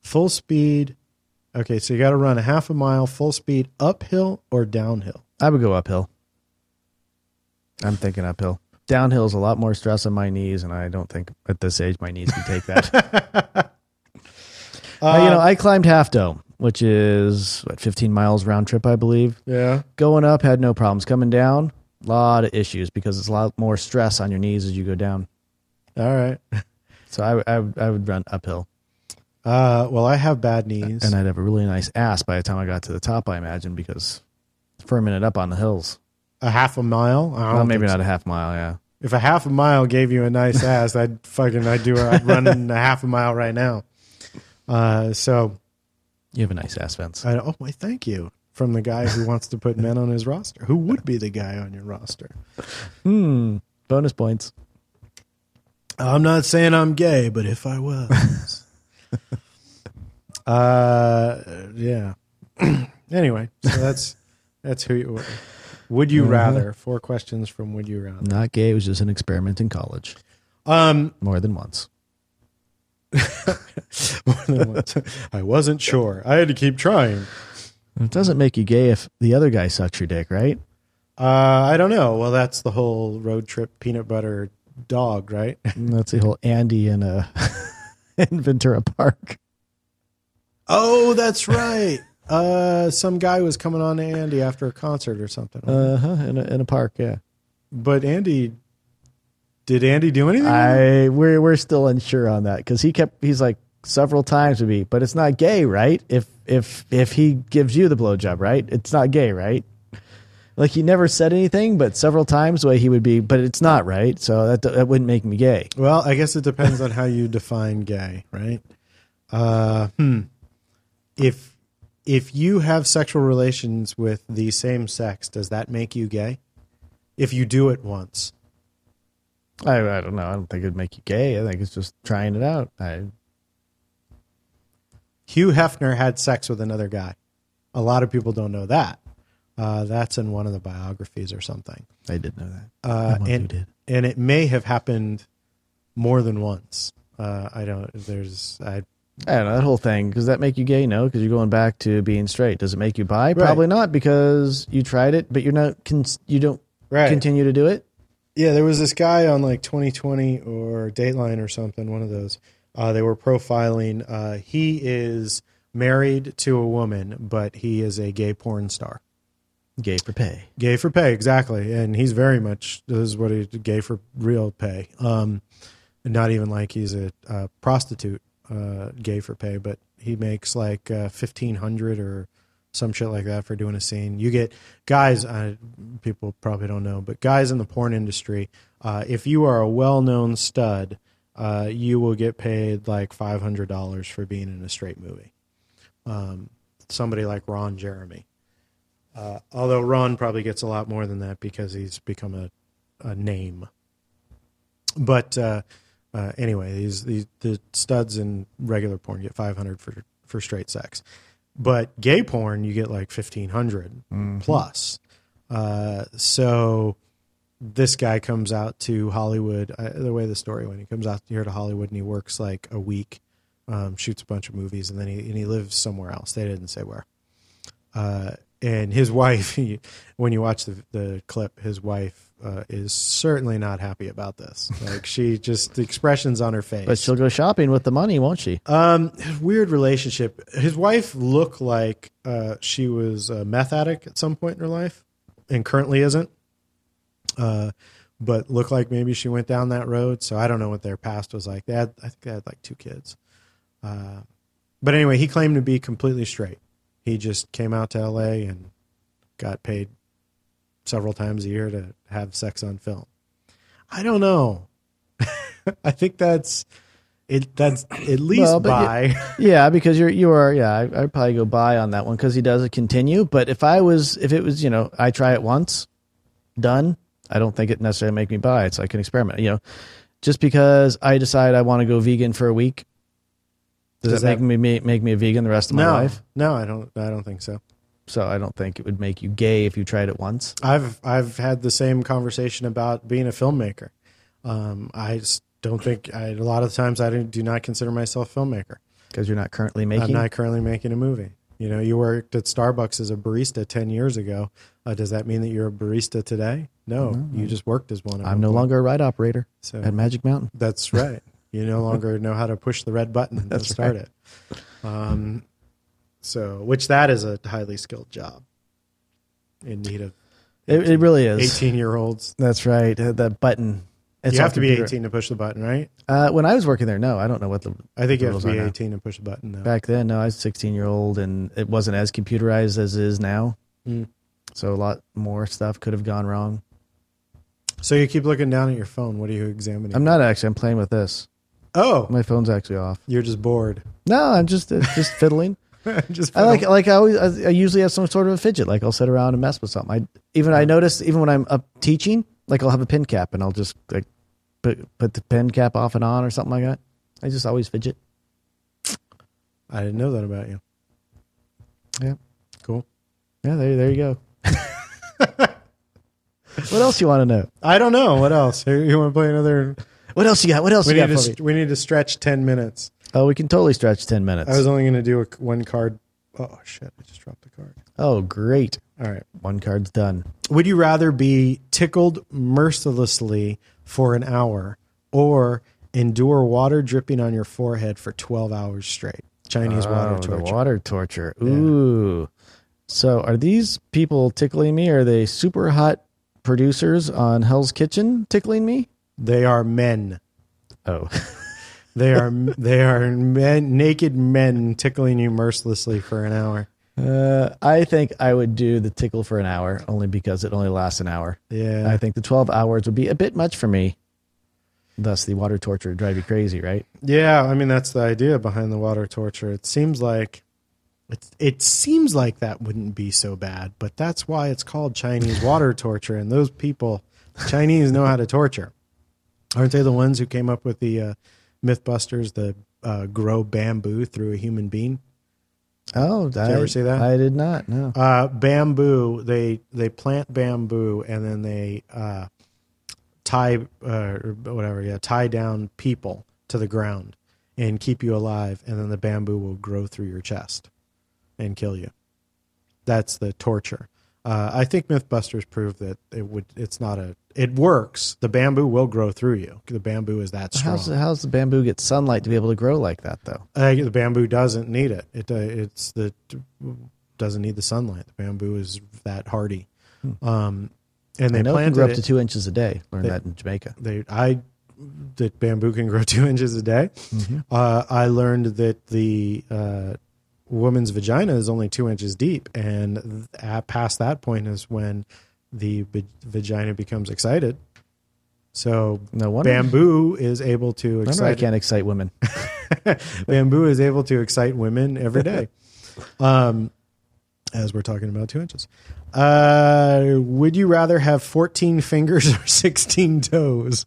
A: Full speed. Okay, so you got to run a half a mile full speed uphill or downhill.
C: I would go uphill. I'm thinking uphill. Downhill is a lot more stress on my knees, and I don't think at this age my knees can take that.
A: Uh,
C: Now, Uh, you know, I climbed Half Dome, which is what 15 miles round trip, I believe.
A: Yeah.
C: Going up had no problems. Coming down, lot of issues because it's a lot more stress on your knees as you go down.
A: All right.
C: So I, I, would- I would run uphill,
A: Uh, well, I have bad knees.
C: and I'd have a really nice ass by the time I got to the top. I imagine because firming it up on the hills.
A: a half a mile. I don't
C: Well, maybe
A: think
C: not a half mile. Yeah.
A: If a half a mile gave you a nice ass, I'd fucking I'd do I'd run a half a mile right now. Uh, so
C: You have a nice ass fence.
A: I oh my thank you from the guy who wants to put men on his roster. Who would be the guy on your roster?
C: Hmm. Bonus points.
A: I'm not saying I'm gay, but if I was, uh, yeah. *clears throat* anyway, so that's that's who you would you rather. Four questions from Would You Rather.
C: Not gay. It was just an experiment in college.
A: Um, *laughs*
C: More than once.
A: more than once. I wasn't sure. I had to keep trying.
C: It doesn't make you gay if the other guy sucks your dick, right?
A: Uh, I don't know. Well, that's the whole road trip peanut butter dog, right? *laughs*
C: That's the whole Andy in a *laughs* in Ventura Park.
A: oh, that's right. Uh, some guy was coming on to Andy after a concert or something.
C: Uh huh. In a, in a park, yeah.
A: but Andy, did Andy do anything?
C: I we're we're still unsure on that because he kept he's like several times with me, but it's not gay, right? If if if he gives you the blowjob, right? It's not gay, right? Like he never said anything, but several times the way he would be, but it's not right. So that that wouldn't make me gay.
A: well, I guess it depends on how you define gay, right? Uh, hmm. If if you have sexual relations with the same sex, does that make you gay? If you do it once,
C: I I don't know. I don't think it'd make you gay. I think it's just trying it out. I
A: Hugh Hefner had sex with another guy. A lot of people don't know that. Uh, that's in one of the biographies or something.
C: I did know that.
A: Uh,
C: Someone who
A: and,
C: did.
A: and it may have happened more than once. Uh, I don't, there's, I,
C: I don't know that whole thing. Does that make you gay? No, because you're going back to being straight. Does it make you bi? Probably not, because you tried it, but you're not. Cons- you don't
A: Right.
C: continue to do it.
A: Yeah, there was this guy on like 2020 or Dateline or something, one of those. Uh, they were profiling. Uh, he is married to a woman, but he is a gay porn star.
C: Gay for pay.
A: Gay for pay, exactly. And he's very much, this is what he, gay for real pay. Um, not even like he's a, uh prostitute, uh, gay for pay, but he makes like uh, 1500 or some shit like that for doing a scene. You get guys, uh, people probably don't know, but guys in the porn industry, uh, if you are a well known stud, uh, you will get paid like $500 for being in a straight movie. Um, somebody like Ron Jeremy. Uh, although Ron probably gets a lot more than that because he's become a, a name. But uh, uh, anyway, these, these the studs in regular porn get 500 for for straight sex, but gay porn you get like 1500 plus. Uh, so this guy comes out to Hollywood. Uh, the way the story went, he comes out here to Hollywood and he works like a week, um, shoots a bunch of movies, and then he and he lives somewhere else. They didn't say where uh, and his *laughs* wife, he, when you watch the, the clip, his wife uh, is certainly not happy about this. Like she just the expressions on her face.
C: But she'll go shopping with the money, won't she?
A: Um, weird relationship. His wife looked like uh, she was a meth addict at some point in her life, and currently isn't. Uh, but looked like maybe she went down that road. So I don't know what their past was like. They had, I think they had like two kids. Uh, but anyway, he claimed to be completely straight. He just came out to L.A. and got paid several times a year to have sex on film. I don't know. *laughs* I think that's it. That's at least
C: Well, but you-
A: by.
C: yeah, because you're you are yeah. I, I'd probably go buy on that one because he does continue. But if I was if it was you know I try it once, done. I don't think it necessarily make me buy. It's like an experiment. You know, just because I decide I want to go vegan for a week, does,
A: Does
C: that,
A: that-
C: make me make me a vegan the rest of my
A: no,
C: life?
A: no, I don't. I don't think so.
C: So I don't think it would make you gay if you tried it once.
A: I've I've had the same conversation about being a filmmaker. Um, I just don't think I, a lot of the times I don't- do not consider myself a filmmaker.
C: Because you're not currently making.
A: I'm not currently making a movie. You know, you worked at Starbucks as a barista ten years ago. Uh, does that mean that you're a barista today? No, you just worked as one. at
C: I'm
A: one
C: no
A: point.
C: longer a ride operator
A: So-
C: at Magic Mountain.
A: That's right. You
C: *laughs*
A: no longer know how to push the red button to start it. Um, so, which that is a highly skilled job in need of
C: It, it really is.
A: 18 year olds.
C: That's right. uh, That button. It's
A: You have
C: off
A: to be
C: computer.
A: 18 to push the button, right?
C: Uh, when I was working there, no, I don't know what the
A: I think you have
C: rules
A: to be
C: are now.
A: 18 to push the button now.
C: Back then, no, I was 16 year old, and it wasn't as computerized as it is now.
A: Hmm.
C: So a lot more stuff could have gone wrong.
A: So you keep looking down at your phone. What are you examining?
C: I'm not actually. I'm playing with this.
A: oh,
C: My phone's actually off.
A: you're just bored. *laughs*
C: No, I'm just uh, just fiddling.
A: just
C: I like like I always I I usually have some sort of a fidget. Like I'll sit around and mess with something. I even I notice even when I'm up teaching, like I'll have a pin cap and I'll just like put put the pin cap off and on or something like that. I just always fidget.
A: I didn't know that about you.
C: Yeah.
A: Cool.
C: Yeah, there, there you go. *laughs* what else you want to know?
A: I don't know. What else? *laughs* Here, You want to play another?
C: What else you got? What else
A: We
C: you got
A: need,
C: for
A: to,
C: me?
A: st- we need to stretch 10 minutes.
C: oh, we can totally stretch ten minutes.
A: I was only going to do a, one card. Oh, shit. I just dropped the card.
C: oh, great!
A: All right.
C: One card's done.
A: Would you rather be tickled mercilessly for an hour or endure water dripping on your forehead for 12 hours straight? Chinese
C: oh,
A: water
C: the
A: torture.
C: water torture. Ooh. So, are these people tickling me? Are they super hot producers on Hell's Kitchen tickling me?
A: They are men.
C: Oh,
A: They are they are men, naked men tickling you mercilessly for an hour.
C: *laughs* uh, I think I would do the tickle for an hour only because it only lasts an hour.
A: Yeah.
C: I think the twelve hours would be a bit much for me. Thus, the water torture would drive you crazy, right?
A: Yeah, I mean that's the idea behind the water torture. It seems like it, it seems like that wouldn't be so bad, but that's why it's called Chinese water torture. And those people, Chinese, know how to torture. Aren't they the ones who came up with the uh, MythBusters, the uh, grow bamboo through a human being?
C: Oh, did I
A: ever see that?
C: I did not. No.
A: Uh, bamboo. They they plant bamboo and then they uh, tie uh, or whatever. Yeah, tie down people to the ground and keep you alive, and then the bamboo will grow through your chest and kill you. That's the torture. Uh, I think MythBusters proved that it would. It's not a. It works. The bamboo will grow through you. The bamboo is that strong.
C: How's, how's the bamboo get sunlight to be able to grow like that, though?
A: Uh, the bamboo doesn't need it. It uh, it's the doesn't need the sunlight. The bamboo is that hardy. Um, and they
C: Hmm. I know it can
A: planted
C: grow up
A: it-
C: to two inches a day. Learned
A: They-
C: that in Jamaica.
A: they I that bamboo can grow *laughs* two inches a day.
C: Mm-hmm.
A: Uh, I learned that the uh, woman's vagina is only two inches deep, and th- at, past that point is when the b- vagina becomes excited. So
C: No wonder.
A: bamboo is able to
C: no wonder I
A: excite
C: can't excite women.
A: bamboo is able to excite women every
C: *laughs*
A: day. Um, as we're talking about two inches. Uh, would you rather have 14 fingers or 16 toes?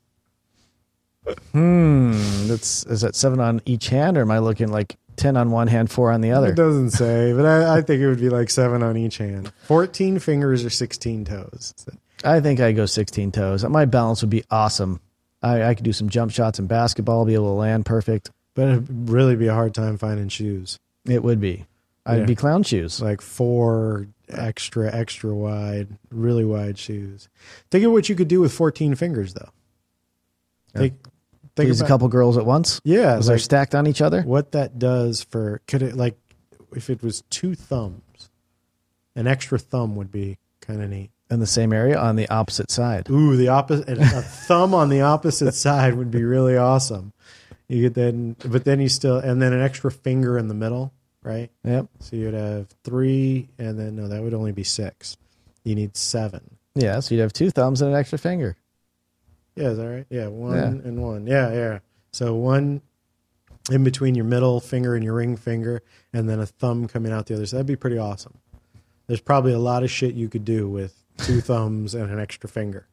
C: Hmm. That's is that seven on each hand, or am I looking like ten on one hand, four on the other?
A: It doesn't say, but I, I think it would be like seven on each hand. 14 fingers or 16 toes.
C: I think I go sixteen toes. My balance would be awesome. I, I could do some jump shots in basketball, be able to land perfect.
A: But it'd really be a hard time finding shoes.
C: It would be. I'd
A: Yeah.
C: be clown shoes.
A: It's like four extra, extra wide, really wide shoes. Think of what you could do with 14 fingers, though. Think, think
C: Use
A: about,
C: a couple girls at once.
A: Yeah.
C: As they're
A: like
C: stacked on each other.
A: what that does for, could it, like, if it was two thumbs, an extra thumb would be kind of neat.
C: in the same area on the opposite side.
A: Ooh, the opposite a thumb on the opposite side would be really awesome. You could then, but then you still, and then an extra finger in the middle, right?
C: Yep.
A: So you'd have three, and then no, that would only be six. You need seven.
C: Yeah. So you'd have two thumbs and an extra finger.
A: Yeah, is that right? Yeah, one
C: Yeah.
A: and one. Yeah, yeah. So one in between your middle finger and your ring finger, and then a thumb coming out the other side. That'd be pretty awesome. There's probably a lot of shit you could do with
C: *laughs*
A: two thumbs and an extra finger.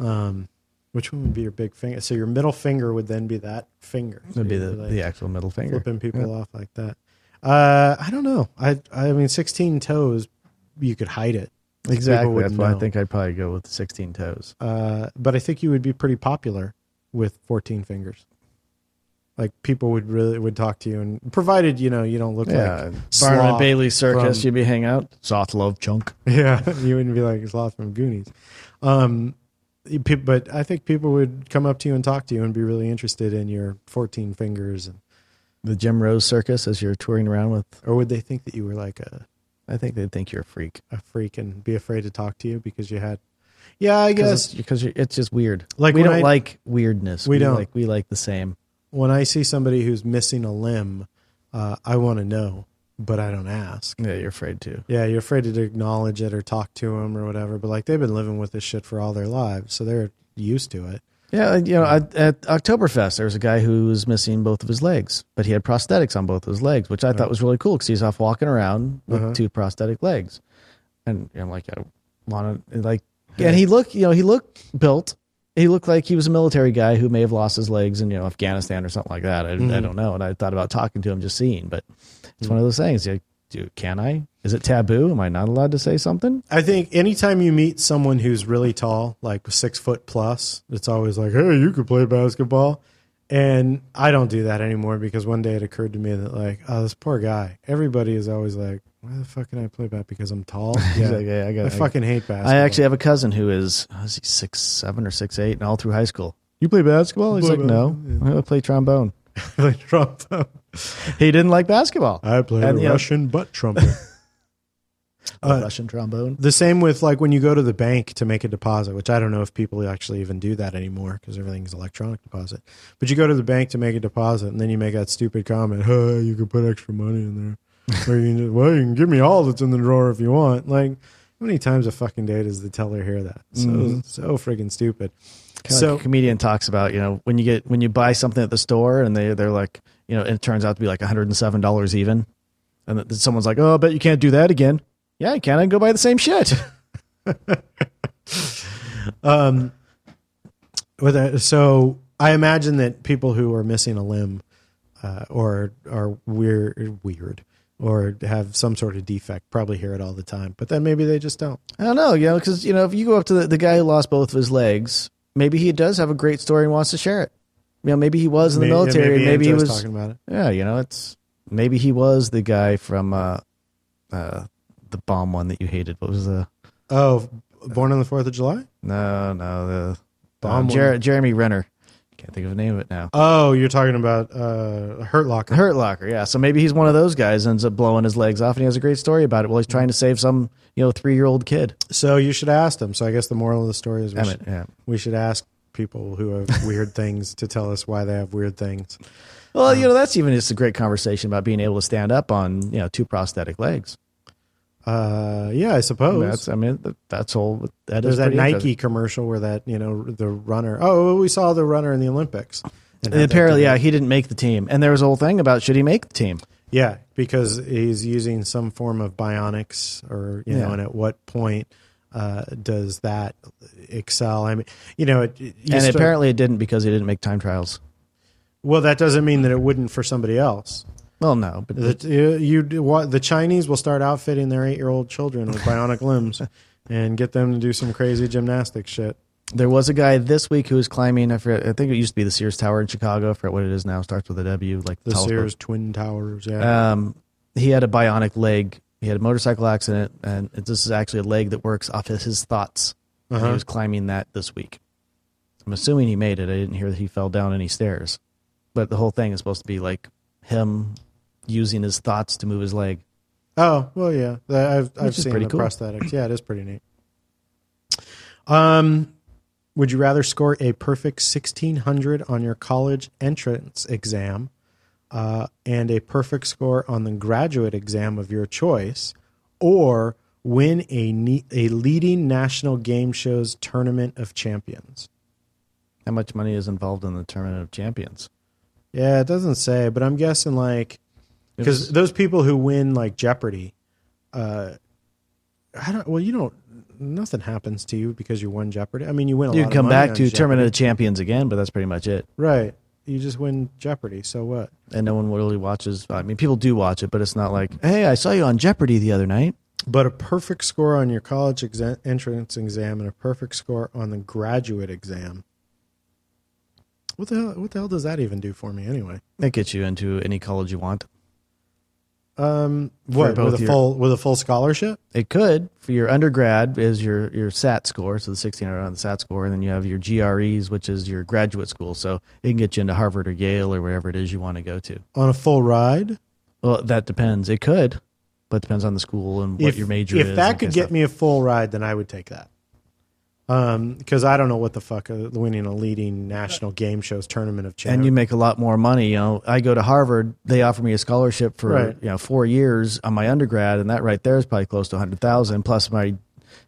A: Um, which one would be your big finger? So your middle finger would then be that finger.
C: It would be the,
A: So you're,
C: the
A: like,
C: actual middle finger.
A: flipping people off like that. Uh, I don't know. I I mean, sixteen toes. You could hide it. People
C: Exactly.
A: would
C: That's why I
A: know.
C: think I'd probably go with 16 toes.
A: Uh, but I think you would be pretty popular with 14 fingers. Like people would really would talk to you, and provided you know you don't look
C: Yeah.
A: like
C: Barnum
A: Sloth
C: and Bailey Circus,
A: from-
C: you'd be hang out. Soft love chunk.
A: *laughs* yeah, you wouldn't be like Sloth from Goonies. Um, you pe- but I think people would come up to you and talk to you and be really interested in your 14 fingers, and
C: The Jim Rose Circus as you're touring around with.
A: or would they think that you were like a
C: I think they'd think you're a freak.
A: a freak and be afraid to talk to you because you had? Yeah, I guess
C: Because it's, just weird.
A: Like
C: we
A: when
C: don't
A: I-
C: like weirdness.
A: We don't.
C: Like, we like the same.
A: when I see somebody who's missing a limb, uh, I want to know, but I don't ask.
C: Yeah, you're afraid to.
A: Yeah, you're afraid to acknowledge it or talk to them or whatever. But like they've been living with this shit for all their lives, so they're used to it.
C: Yeah, and, you know, at, at Oktoberfest, there was a guy who was missing both of his legs, but he had prosthetics on both of his legs, which I thought was really cool because he's off walking around with
A: Uh-huh.
C: two prosthetic legs, and I'm like, I want to like, and he looked, you know, he looked built. He looked like he was a military guy who may have lost his legs in you know Afghanistan or something like that. I,
A: Mm-hmm.
C: I don't know, and I thought about talking to him, just seeing, but it's
A: Mm.
C: one of those things. Like, do can I? Is it taboo? Am I not allowed to say something?
A: I think anytime you meet someone who's really tall, like six foot plus, it's always like, hey, you could play basketball. And I don't do that anymore because one day it occurred to me that like, oh, this poor guy. Everybody is always like, why the fuck can I play that because I'm tall? Yeah,
C: like, *laughs* "Yeah, I got-
A: *laughs* I
C: I-
A: fucking hate basketball.
C: I actually have a cousin who is oh, is he six seven or six eight, and all through high school. You play basketball? He's
A: Play
C: like, no, I play trombone.
A: play trombone.
C: He didn't like basketball.
A: *laughs* I play
C: And,
A: the
C: you know-
A: Russian butt trumpet. uh,
C: Russian trombone.
A: The same with like when you go to the bank to make a deposit, which I don't know if people actually even do that anymore because everything's electronic deposit. But you go to the bank to make a deposit, and then you make that stupid comment, "Hey, you can put extra money in there, or you can just, well, you can give me all that's in the drawer if you want." Like, how many times a fucking day does the teller hear that? So so friggin' stupid.
C: so
A: so
C: a comedian talks about you know when you get when you buy something at the store and they they're like you know and it turns out to be like one hundred and seven dollars even, and then someone's like, oh, I bet you can't do that again. Yeah, I can. I can go buy the same shit. *laughs*
A: with that, so I imagine that people who are missing a limb uh, or are weird, weird, or have some sort of defect probably hear it all the time. But then maybe they just don't.
C: I don't know, you know, because you know if you go up to the, the guy who lost both of his legs, maybe he does have a great story and wants to share it. You know, maybe he was in the
A: May-
C: military. and maybe he
A: Enzo's
C: was
A: talking about it.
C: Yeah, you know, it's maybe he was the guy from uh, uh, the bomb one that you hated. What was the
A: Oh, Born on the Fourth of July.
C: No, no, the
A: Bomb
C: um, Jer- Jeremy Renner. Can't think of the name of it now.
A: Oh, you're talking about uh, Hurt Locker.
C: Hurt Locker, yeah. So maybe he's one of those guys ends up blowing his legs off, and he has a great story about it. Well, he's trying to save some, you know, three year old kid.
A: So you should ask them. So I guess the moral of the story is we,
C: Damn it,
A: should,
C: yeah.
A: we should ask people who have weird *laughs* things to tell us why they have weird things.
C: Well, you know, that's even just a great conversation about being able to stand up on, you know, two prosthetic legs.
A: Uh, yeah, I
C: I
A: suppose.
C: mean, that's, I mean, th- that's all. That
A: There's
C: is
A: that
C: pretty
A: Nike
C: interesting.
A: commercial where that you know the runner. Oh, we saw the runner in the Olympics. And
C: And
A: had that
C: apparently,
A: debate.
C: yeah, he didn't make the team, and there was a whole thing about should he make the team.
A: Yeah, because he's using some form of bionics, or you know,
C: Yeah.
A: and at what point uh, does that excel? I mean, you know, it, you
C: and
A: start-
C: apparently, it didn't because he didn't make time trials.
A: well, that doesn't mean that it wouldn't for somebody else.
C: Well, no, but
A: The, you, you, what, the Chinese will start outfitting their eight-year-old children with bionic
C: *laughs*
A: limbs and get them to do some crazy gymnastic shit.
C: There was a guy this week who was climbing. I forget. I think it used to be the Sears Tower in Chicago. I forget what it is now. Starts with a W, like the
A: The
C: tallest
A: Sears Twin Towers, yeah.
C: um, he had a bionic leg. He had a motorcycle accident, and it- this is actually a leg that works off of his thoughts. And He was climbing that this week. I'm assuming he made it. I didn't hear that he fell down any stairs, but the whole thing is supposed to be like him using his thoughts to move his leg.
A: Oh well, yeah. The- I've I've
C: is
A: seen
C: pretty
A: the
C: cool.
A: prosthetics. Yeah, it is pretty
C: *clears throat*
A: neat. Um, would you rather score a perfect sixteen hundred on your college entrance exam, uh, and a perfect score on the graduate exam of your choice, or win a ne- a leading national game shows tournament of champions?
C: How much money is involved in the tournament of champions?
A: Yeah, it doesn't say, but I'm guessing like because those people who win like Jeopardy, uh, I don't. Well, you don't. Nothing happens to you because you won Jeopardy. I mean, you win. A lot
C: You can
A: of
C: come
A: money
C: back
A: on
C: to
A: Jeopardy.
C: tournament of champions again, but that's pretty much it.
A: Right. You just win Jeopardy. So what?
C: and no one really watches. I mean, people do watch it, but it's not like, hey, I saw you on Jeopardy the other night.
A: But a perfect score on your college exa- entrance exam and a perfect score on the graduate exam. What the hell? What the hell does that even do for me anyway?
C: That gets you into any college you want.
A: What
C: both
A: with a
C: your-
A: full with a full scholarship?
C: It could for your undergrad is your your SAT score, so the sixteen hundred on the SAT score, and then you have your GREs, which is your graduate school. So it can get you into Harvard or Yale or wherever it is you want to go to.
A: On a full ride?
C: Well, that depends. It could, but it depends on the school and what
A: if,
C: your major
A: if
C: is.
A: that
C: and
A: could
C: kinda
A: get
C: stuff.
A: me a full ride, then I would take that. Um, because I don't know what the fuck uh, winning a leading national game shows tournament of
C: and
A: champions.
C: you make a lot more money. You know, I go to Harvard. They offer me a scholarship for
A: Right.
C: you know four years on my undergrad, and that right there is probably close to a hundred thousand. Plus my, you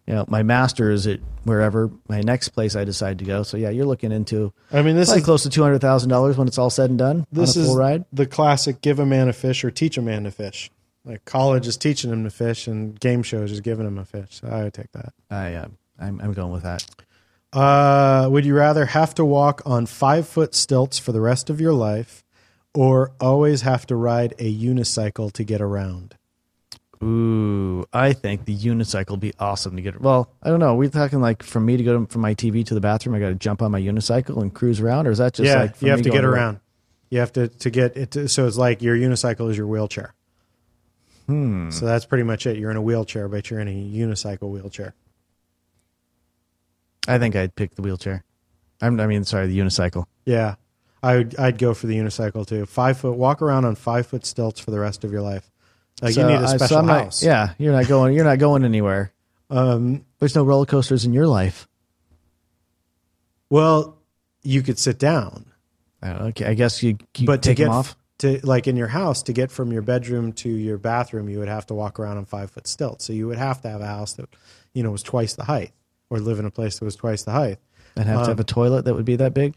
C: know, my master's at wherever my next place I decide to go. So yeah, you're looking into
A: I mean, this
C: probably
A: is
C: close to two hundred thousand dollars when it's all said and done.
A: this
C: on a
A: is
C: full ride.
A: the classic: give a man a fish or teach a man to fish. Like college is teaching him to fish, and game shows is giving him a fish. So I would take that.
C: I uh, I'm, I'm going with that.
A: Uh, would you rather have to walk on five foot stilts for the rest of your life, or always have to ride a unicycle to get around?
C: Ooh, I think the unicycle would be awesome to get. Well, I don't know. Are we talking like from me to go to, from my TV to the bathroom? I got to jump on my unicycle and cruise around, or is that just
A: yeah,
C: like for
A: you have
C: me
A: to
C: going
A: get
C: work?
A: around. You have to to get it. To, so it's like your unicycle is your wheelchair. Hmm. So that's pretty much it. You're in a wheelchair, but you're in a unicycle wheelchair.
C: I think I'd pick the wheelchair. I'm, I mean, sorry, the unicycle.
A: Yeah, I would, I'd go for the unicycle too. Five foot walk around on five foot stilts for the rest of your life. Like you
C: So,
A: need a
C: I- so
A: special
C: I'm not-
A: house.
C: yeah, you're not going. You're not going anywhere. Um, There's no roller coasters in your life.
A: Well, you could sit down,
C: I don't know, okay, I guess you. you
A: but
C: take
A: to get
C: them off.
A: to like in your house to get from your bedroom to your bathroom, you would have to walk around on five foot stilts. So you would have to have a house that you know was twice the height, or live in a place that was twice the height.
C: And have
A: um,
C: to have a toilet that would be that big,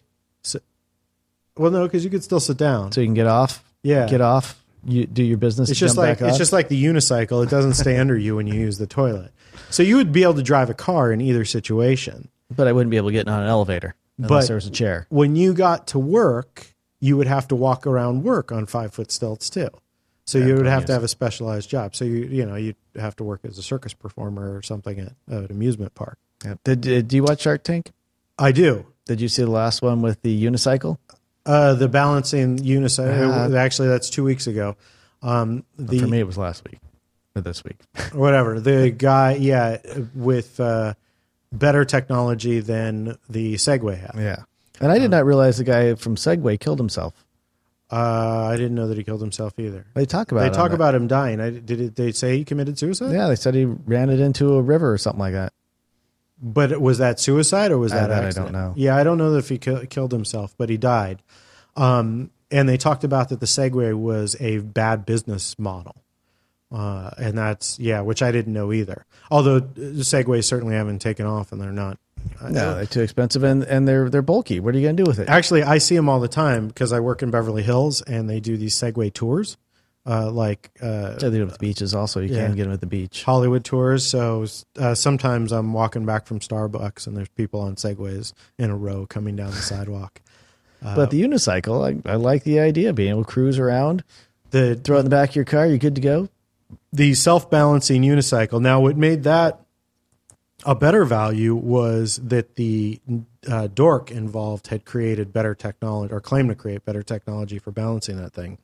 A: Well, no, because you could still sit down.
C: so you can get off.
A: Yeah.
C: get off. You do your business.
A: It's just
C: jump
A: like
C: back
A: it's
C: up.
A: just like the unicycle. It doesn't stay under you when you use the toilet. So you would be able to drive a car in either situation.
C: But I wouldn't be able to get on an elevator unless
A: But-
C: there was a chair.
A: When you got to work, you would have to walk around work on five foot stilts too. So you would have to have a specialized job. So you you know you'd have to work as a circus performer or something at uh, an amusement park.
C: Did, did do you watch Shark Tank?
A: I do.
C: Did you see the last one with the unicycle?
A: Uh, the balancing unicycle.
C: Yeah.
A: actually, that's two weeks ago. Um, the
C: For me, it was last week. for this week.
A: whatever the guy yeah with uh, better technology than the segway had
C: Yeah. *laughs* And I did not realize the guy from Segway killed himself.
A: uh, i didn't know that he killed himself either
C: They talk about
A: they
C: it on
A: talk
C: that.
A: about him dying I, did it, they say he committed suicide
C: Yeah, they said he ran it into a river or something like that.
A: but was that suicide or was
C: Uh,
A: that,
C: that I
A: accident?
C: don't know.
A: yeah i don't know if he ki- killed himself but he died um, and they talked about that the segway was a bad business model uh, and that's yeah which i didn't know either although uh, segways certainly haven't taken off and they're not uh, I-
C: No, they're too expensive and, and they're they're bulky. What are you gonna do with it?
A: Actually, I see them all the time because I work in Beverly Hills and they do these Segway tours, uh, like uh,
C: Yeah, they do it at the beaches also. You
A: Yeah. Uh,
C: can get them at the beach.
A: Hollywood tours. So uh, sometimes I'm walking back from Starbucks and there's people on Segways in a row coming down the sidewalk.
C: but the unicycle, I, I like the idea of being able to cruise around,
A: The
C: throw it in the back of your car, you're good to go.
A: the self balancing unicycle. Now, what made that a better value was that the uh, dork involved had created better technology or claimed to create better technology for balancing that thing.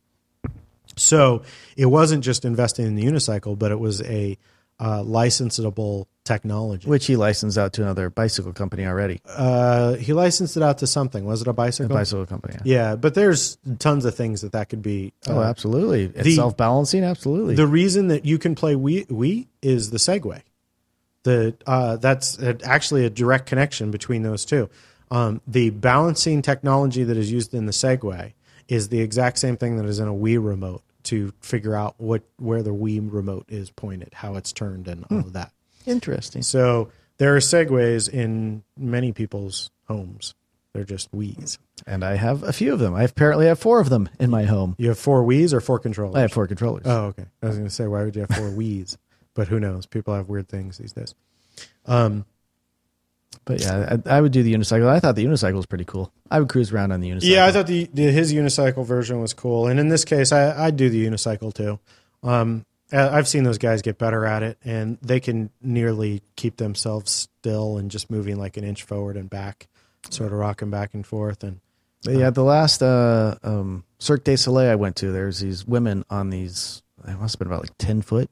A: So it wasn't just investing in the unicycle, but it was a uh, licensable technology.
C: Which he licensed out to another bicycle company already.
A: Uh, he licensed it out to something. Was it a bicycle?
C: bicycle company. yeah.
A: Yeah, but there's tons of things that that could be. uh,
C: Oh, absolutely. It's
A: the-
C: self balancing, absolutely.
A: The reason that you can play Wii, Wii is the segue. The uh, that's uh, actually a direct connection between those two. Um, the balancing technology that is used in the Segway is the exact same thing that is in a Wii remote to figure out what where the Wii remote is pointed, how it's turned, and
C: Hmm.
A: all of that.
C: Interesting.
A: So there are Segways in many people's homes. They're just Wii's.
C: And I have a few of them. I apparently have four of them in my home.
A: You have four Wii's or four controllers.
C: I have four controllers.
A: Oh, okay. I was going to say, why would you have four *laughs* Wii's? But who knows? People have weird things these days.
C: But yeah, I, I would do the unicycle. I thought the unicycle was pretty cool. I would cruise around on the unicycle.
A: Yeah, I thought the, the his unicycle version was cool, and in this case, I I do the unicycle too. Um, I- I've seen those guys get better at it, and they can nearly keep themselves still and just moving like an inch forward and back, sort of rocking back and forth. And
C: But yeah, the last uh, um, Cirque du Soleil I went to, there's these women on these. It must have been about like ten foot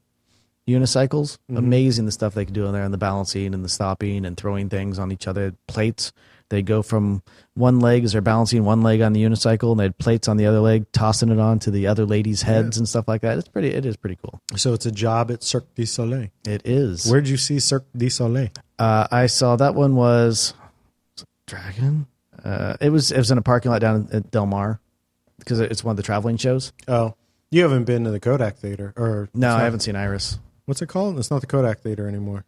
C: unicycles. Amazing the stuff they could do on there, and the balancing and the stopping and throwing things on each other. Plates. They go from one leg as they're balancing one leg on the unicycle, and they had plates on the other leg, tossing it onto the other ladies' heads and stuff like that. It's pretty. It is pretty cool.
A: so it's a job at Cirque du Soleil.
C: It is.
A: Where'd you see Cirque du Soleil?
C: Uh, I saw that one was Dragon. Uh, it was it was in a parking lot down at Del Mar because it's one of the traveling shows.
A: Oh, you haven't been to the Kodak Theater, or
C: No,
A: it's
C: I
A: not-
C: haven't seen Iris.
A: What's it called? It's not the Kodak Theater anymore.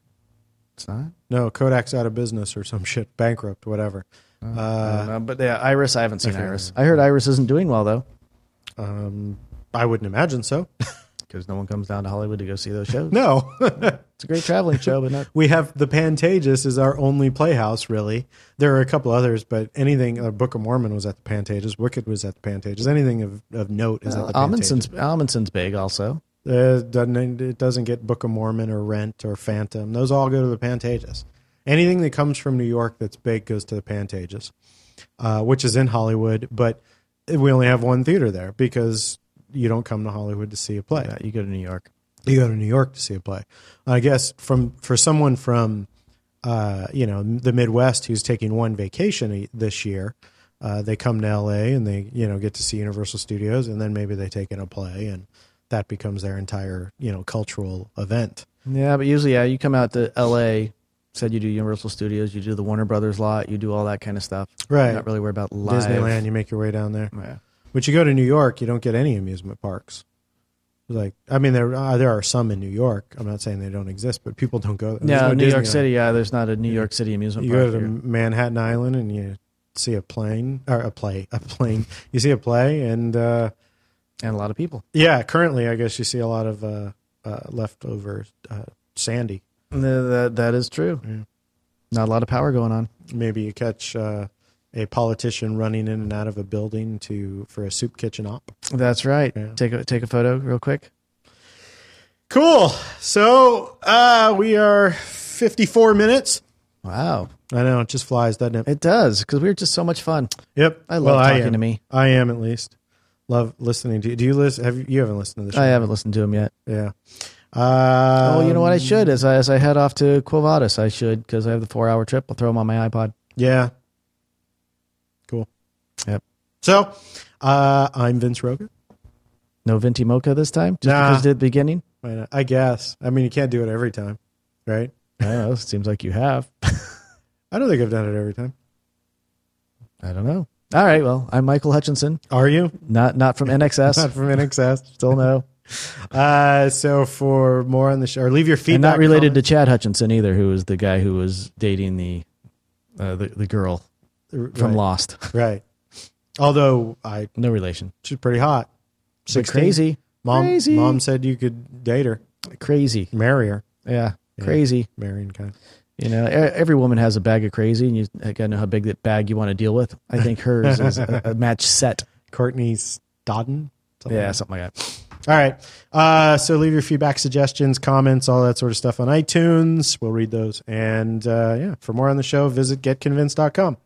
C: It's not.
A: No, Kodak's out of business or some *laughs* shit, bankrupt, whatever. Oh. Uh,
C: I don't know, Uh, but yeah, Iris. I haven't seen Iris. I heard Iris isn't doing well though
A: I wouldn't imagine so. *laughs*
C: because no one comes down to Hollywood to go see those shows.
A: no, *laughs*
C: It's a great traveling show, but *laughs* not.
A: we have the Pantages is our only playhouse really. There are a couple others, but anything. Uh, Book of Mormon was at the Pantages. Wicked was at the Pantages. Anything of, of note is
C: Uh,
A: at the Pantages.
C: Amundsen's Amundsen's big also.
A: Uh, doesn't it doesn't get Book of Mormon or Rent or Phantom. Those all go to the Pantages. Anything that comes from New York that's big goes to the Pantages, uh, which is in Hollywood. But we only have one theater there because you don't come to Hollywood to see a play.
C: Yeah, you go to New York.
A: you go to New York to see a play. I guess from for someone from uh, you know the Midwest who's taking one vacation e- this year, uh, they come to L.A. and they you know get to see Universal Studios, and then maybe they take in a play, and that becomes their entire you know cultural event.
C: Yeah, but usually, yeah, you come out to L.A. Said you do Universal Studios, you do the Warner Brothers lot, you do all that kind of stuff.
A: Right.
C: Not really worried about live.
A: Disneyland, you make your way down there.
C: Yeah.
A: But you go to New York, you don't get any amusement parks. Like, I mean, there uh, there are some in New York. I'm not saying they don't exist, but people don't go. there's
C: No, New York
A: Disneyland.
C: City. Yeah, there's not a New York City amusement
A: You
C: park.
A: go to
C: here.
A: Manhattan Island and you see a plane or a play, a plane. *laughs* You see a play, and uh,
C: and a lot of people.
A: yeah, currently I guess you see a lot of uh, uh, leftover uh, Sandy.
C: Th- That that is true. Not a lot of power going on.
A: Maybe you catch uh, a politician running in and out of a building to for a soup kitchen op.
C: That's right. Take a take a photo real quick.
A: Cool. So uh, we are 54 minutes.
C: Wow,
A: I know it just flies, doesn't it?
C: it does because we were just so much fun.
A: Yep.
C: I love
A: I
C: talking
A: am.
C: to me.
A: I am at least love listening to you. Do you listen? Have you, you haven't listened to this?
C: I haven't listened to him yet.
A: Yeah. Um, Uh,
C: oh, you know what? I should as I, as I head off to Quo Vadis, I should because I have the four hour trip. I'll throw them on my iPod.
A: Yeah. Cool.
C: Yep.
A: So, uh, I'm Vince Roca.
C: No venti mocha this time, just
A: Nah.
C: because it did at the beginning.
A: Why not? I guess. I mean, you can't do it every time, right?
C: I don't know. *laughs* Seems like you have.
A: I don't think I've done it every time.
C: I don't know. All right. Well, I'm Michael Hutchinson,
A: Are
C: *laughs*
A: you?
C: not not
A: *laughs*
C: from
A: Not
C: *laughs* NXS.
A: from NXS. *laughs*
C: Still no,
A: Uh, so for more on the show, or leave your feedback.
C: and not related to Chad Hutchinson either, who was the guy who was dating the uh, the, the girl
A: to
C: from Lost. *laughs*
A: Right. Although I,
C: No relation.
A: she's pretty hot.
C: But
A: 16.
C: Crazy,
A: Mom,
C: Crazy.
A: mom said you could date her,
C: crazy.
A: marry her,
C: Yeah, crazy.
A: marrying kind.
C: You know, e- every woman has a bag of crazy, and you gotta know how big that bag you want to deal with. I think hers is a, a match set.
A: Courtney Stodden. Something
C: Yeah,
A: like
C: something like that.
A: that. All right. Uh, so leave your feedback, suggestions, comments, all that sort of stuff on iTunes. We'll read those. And uh, yeah, for more on the show, visit getconvinced.com.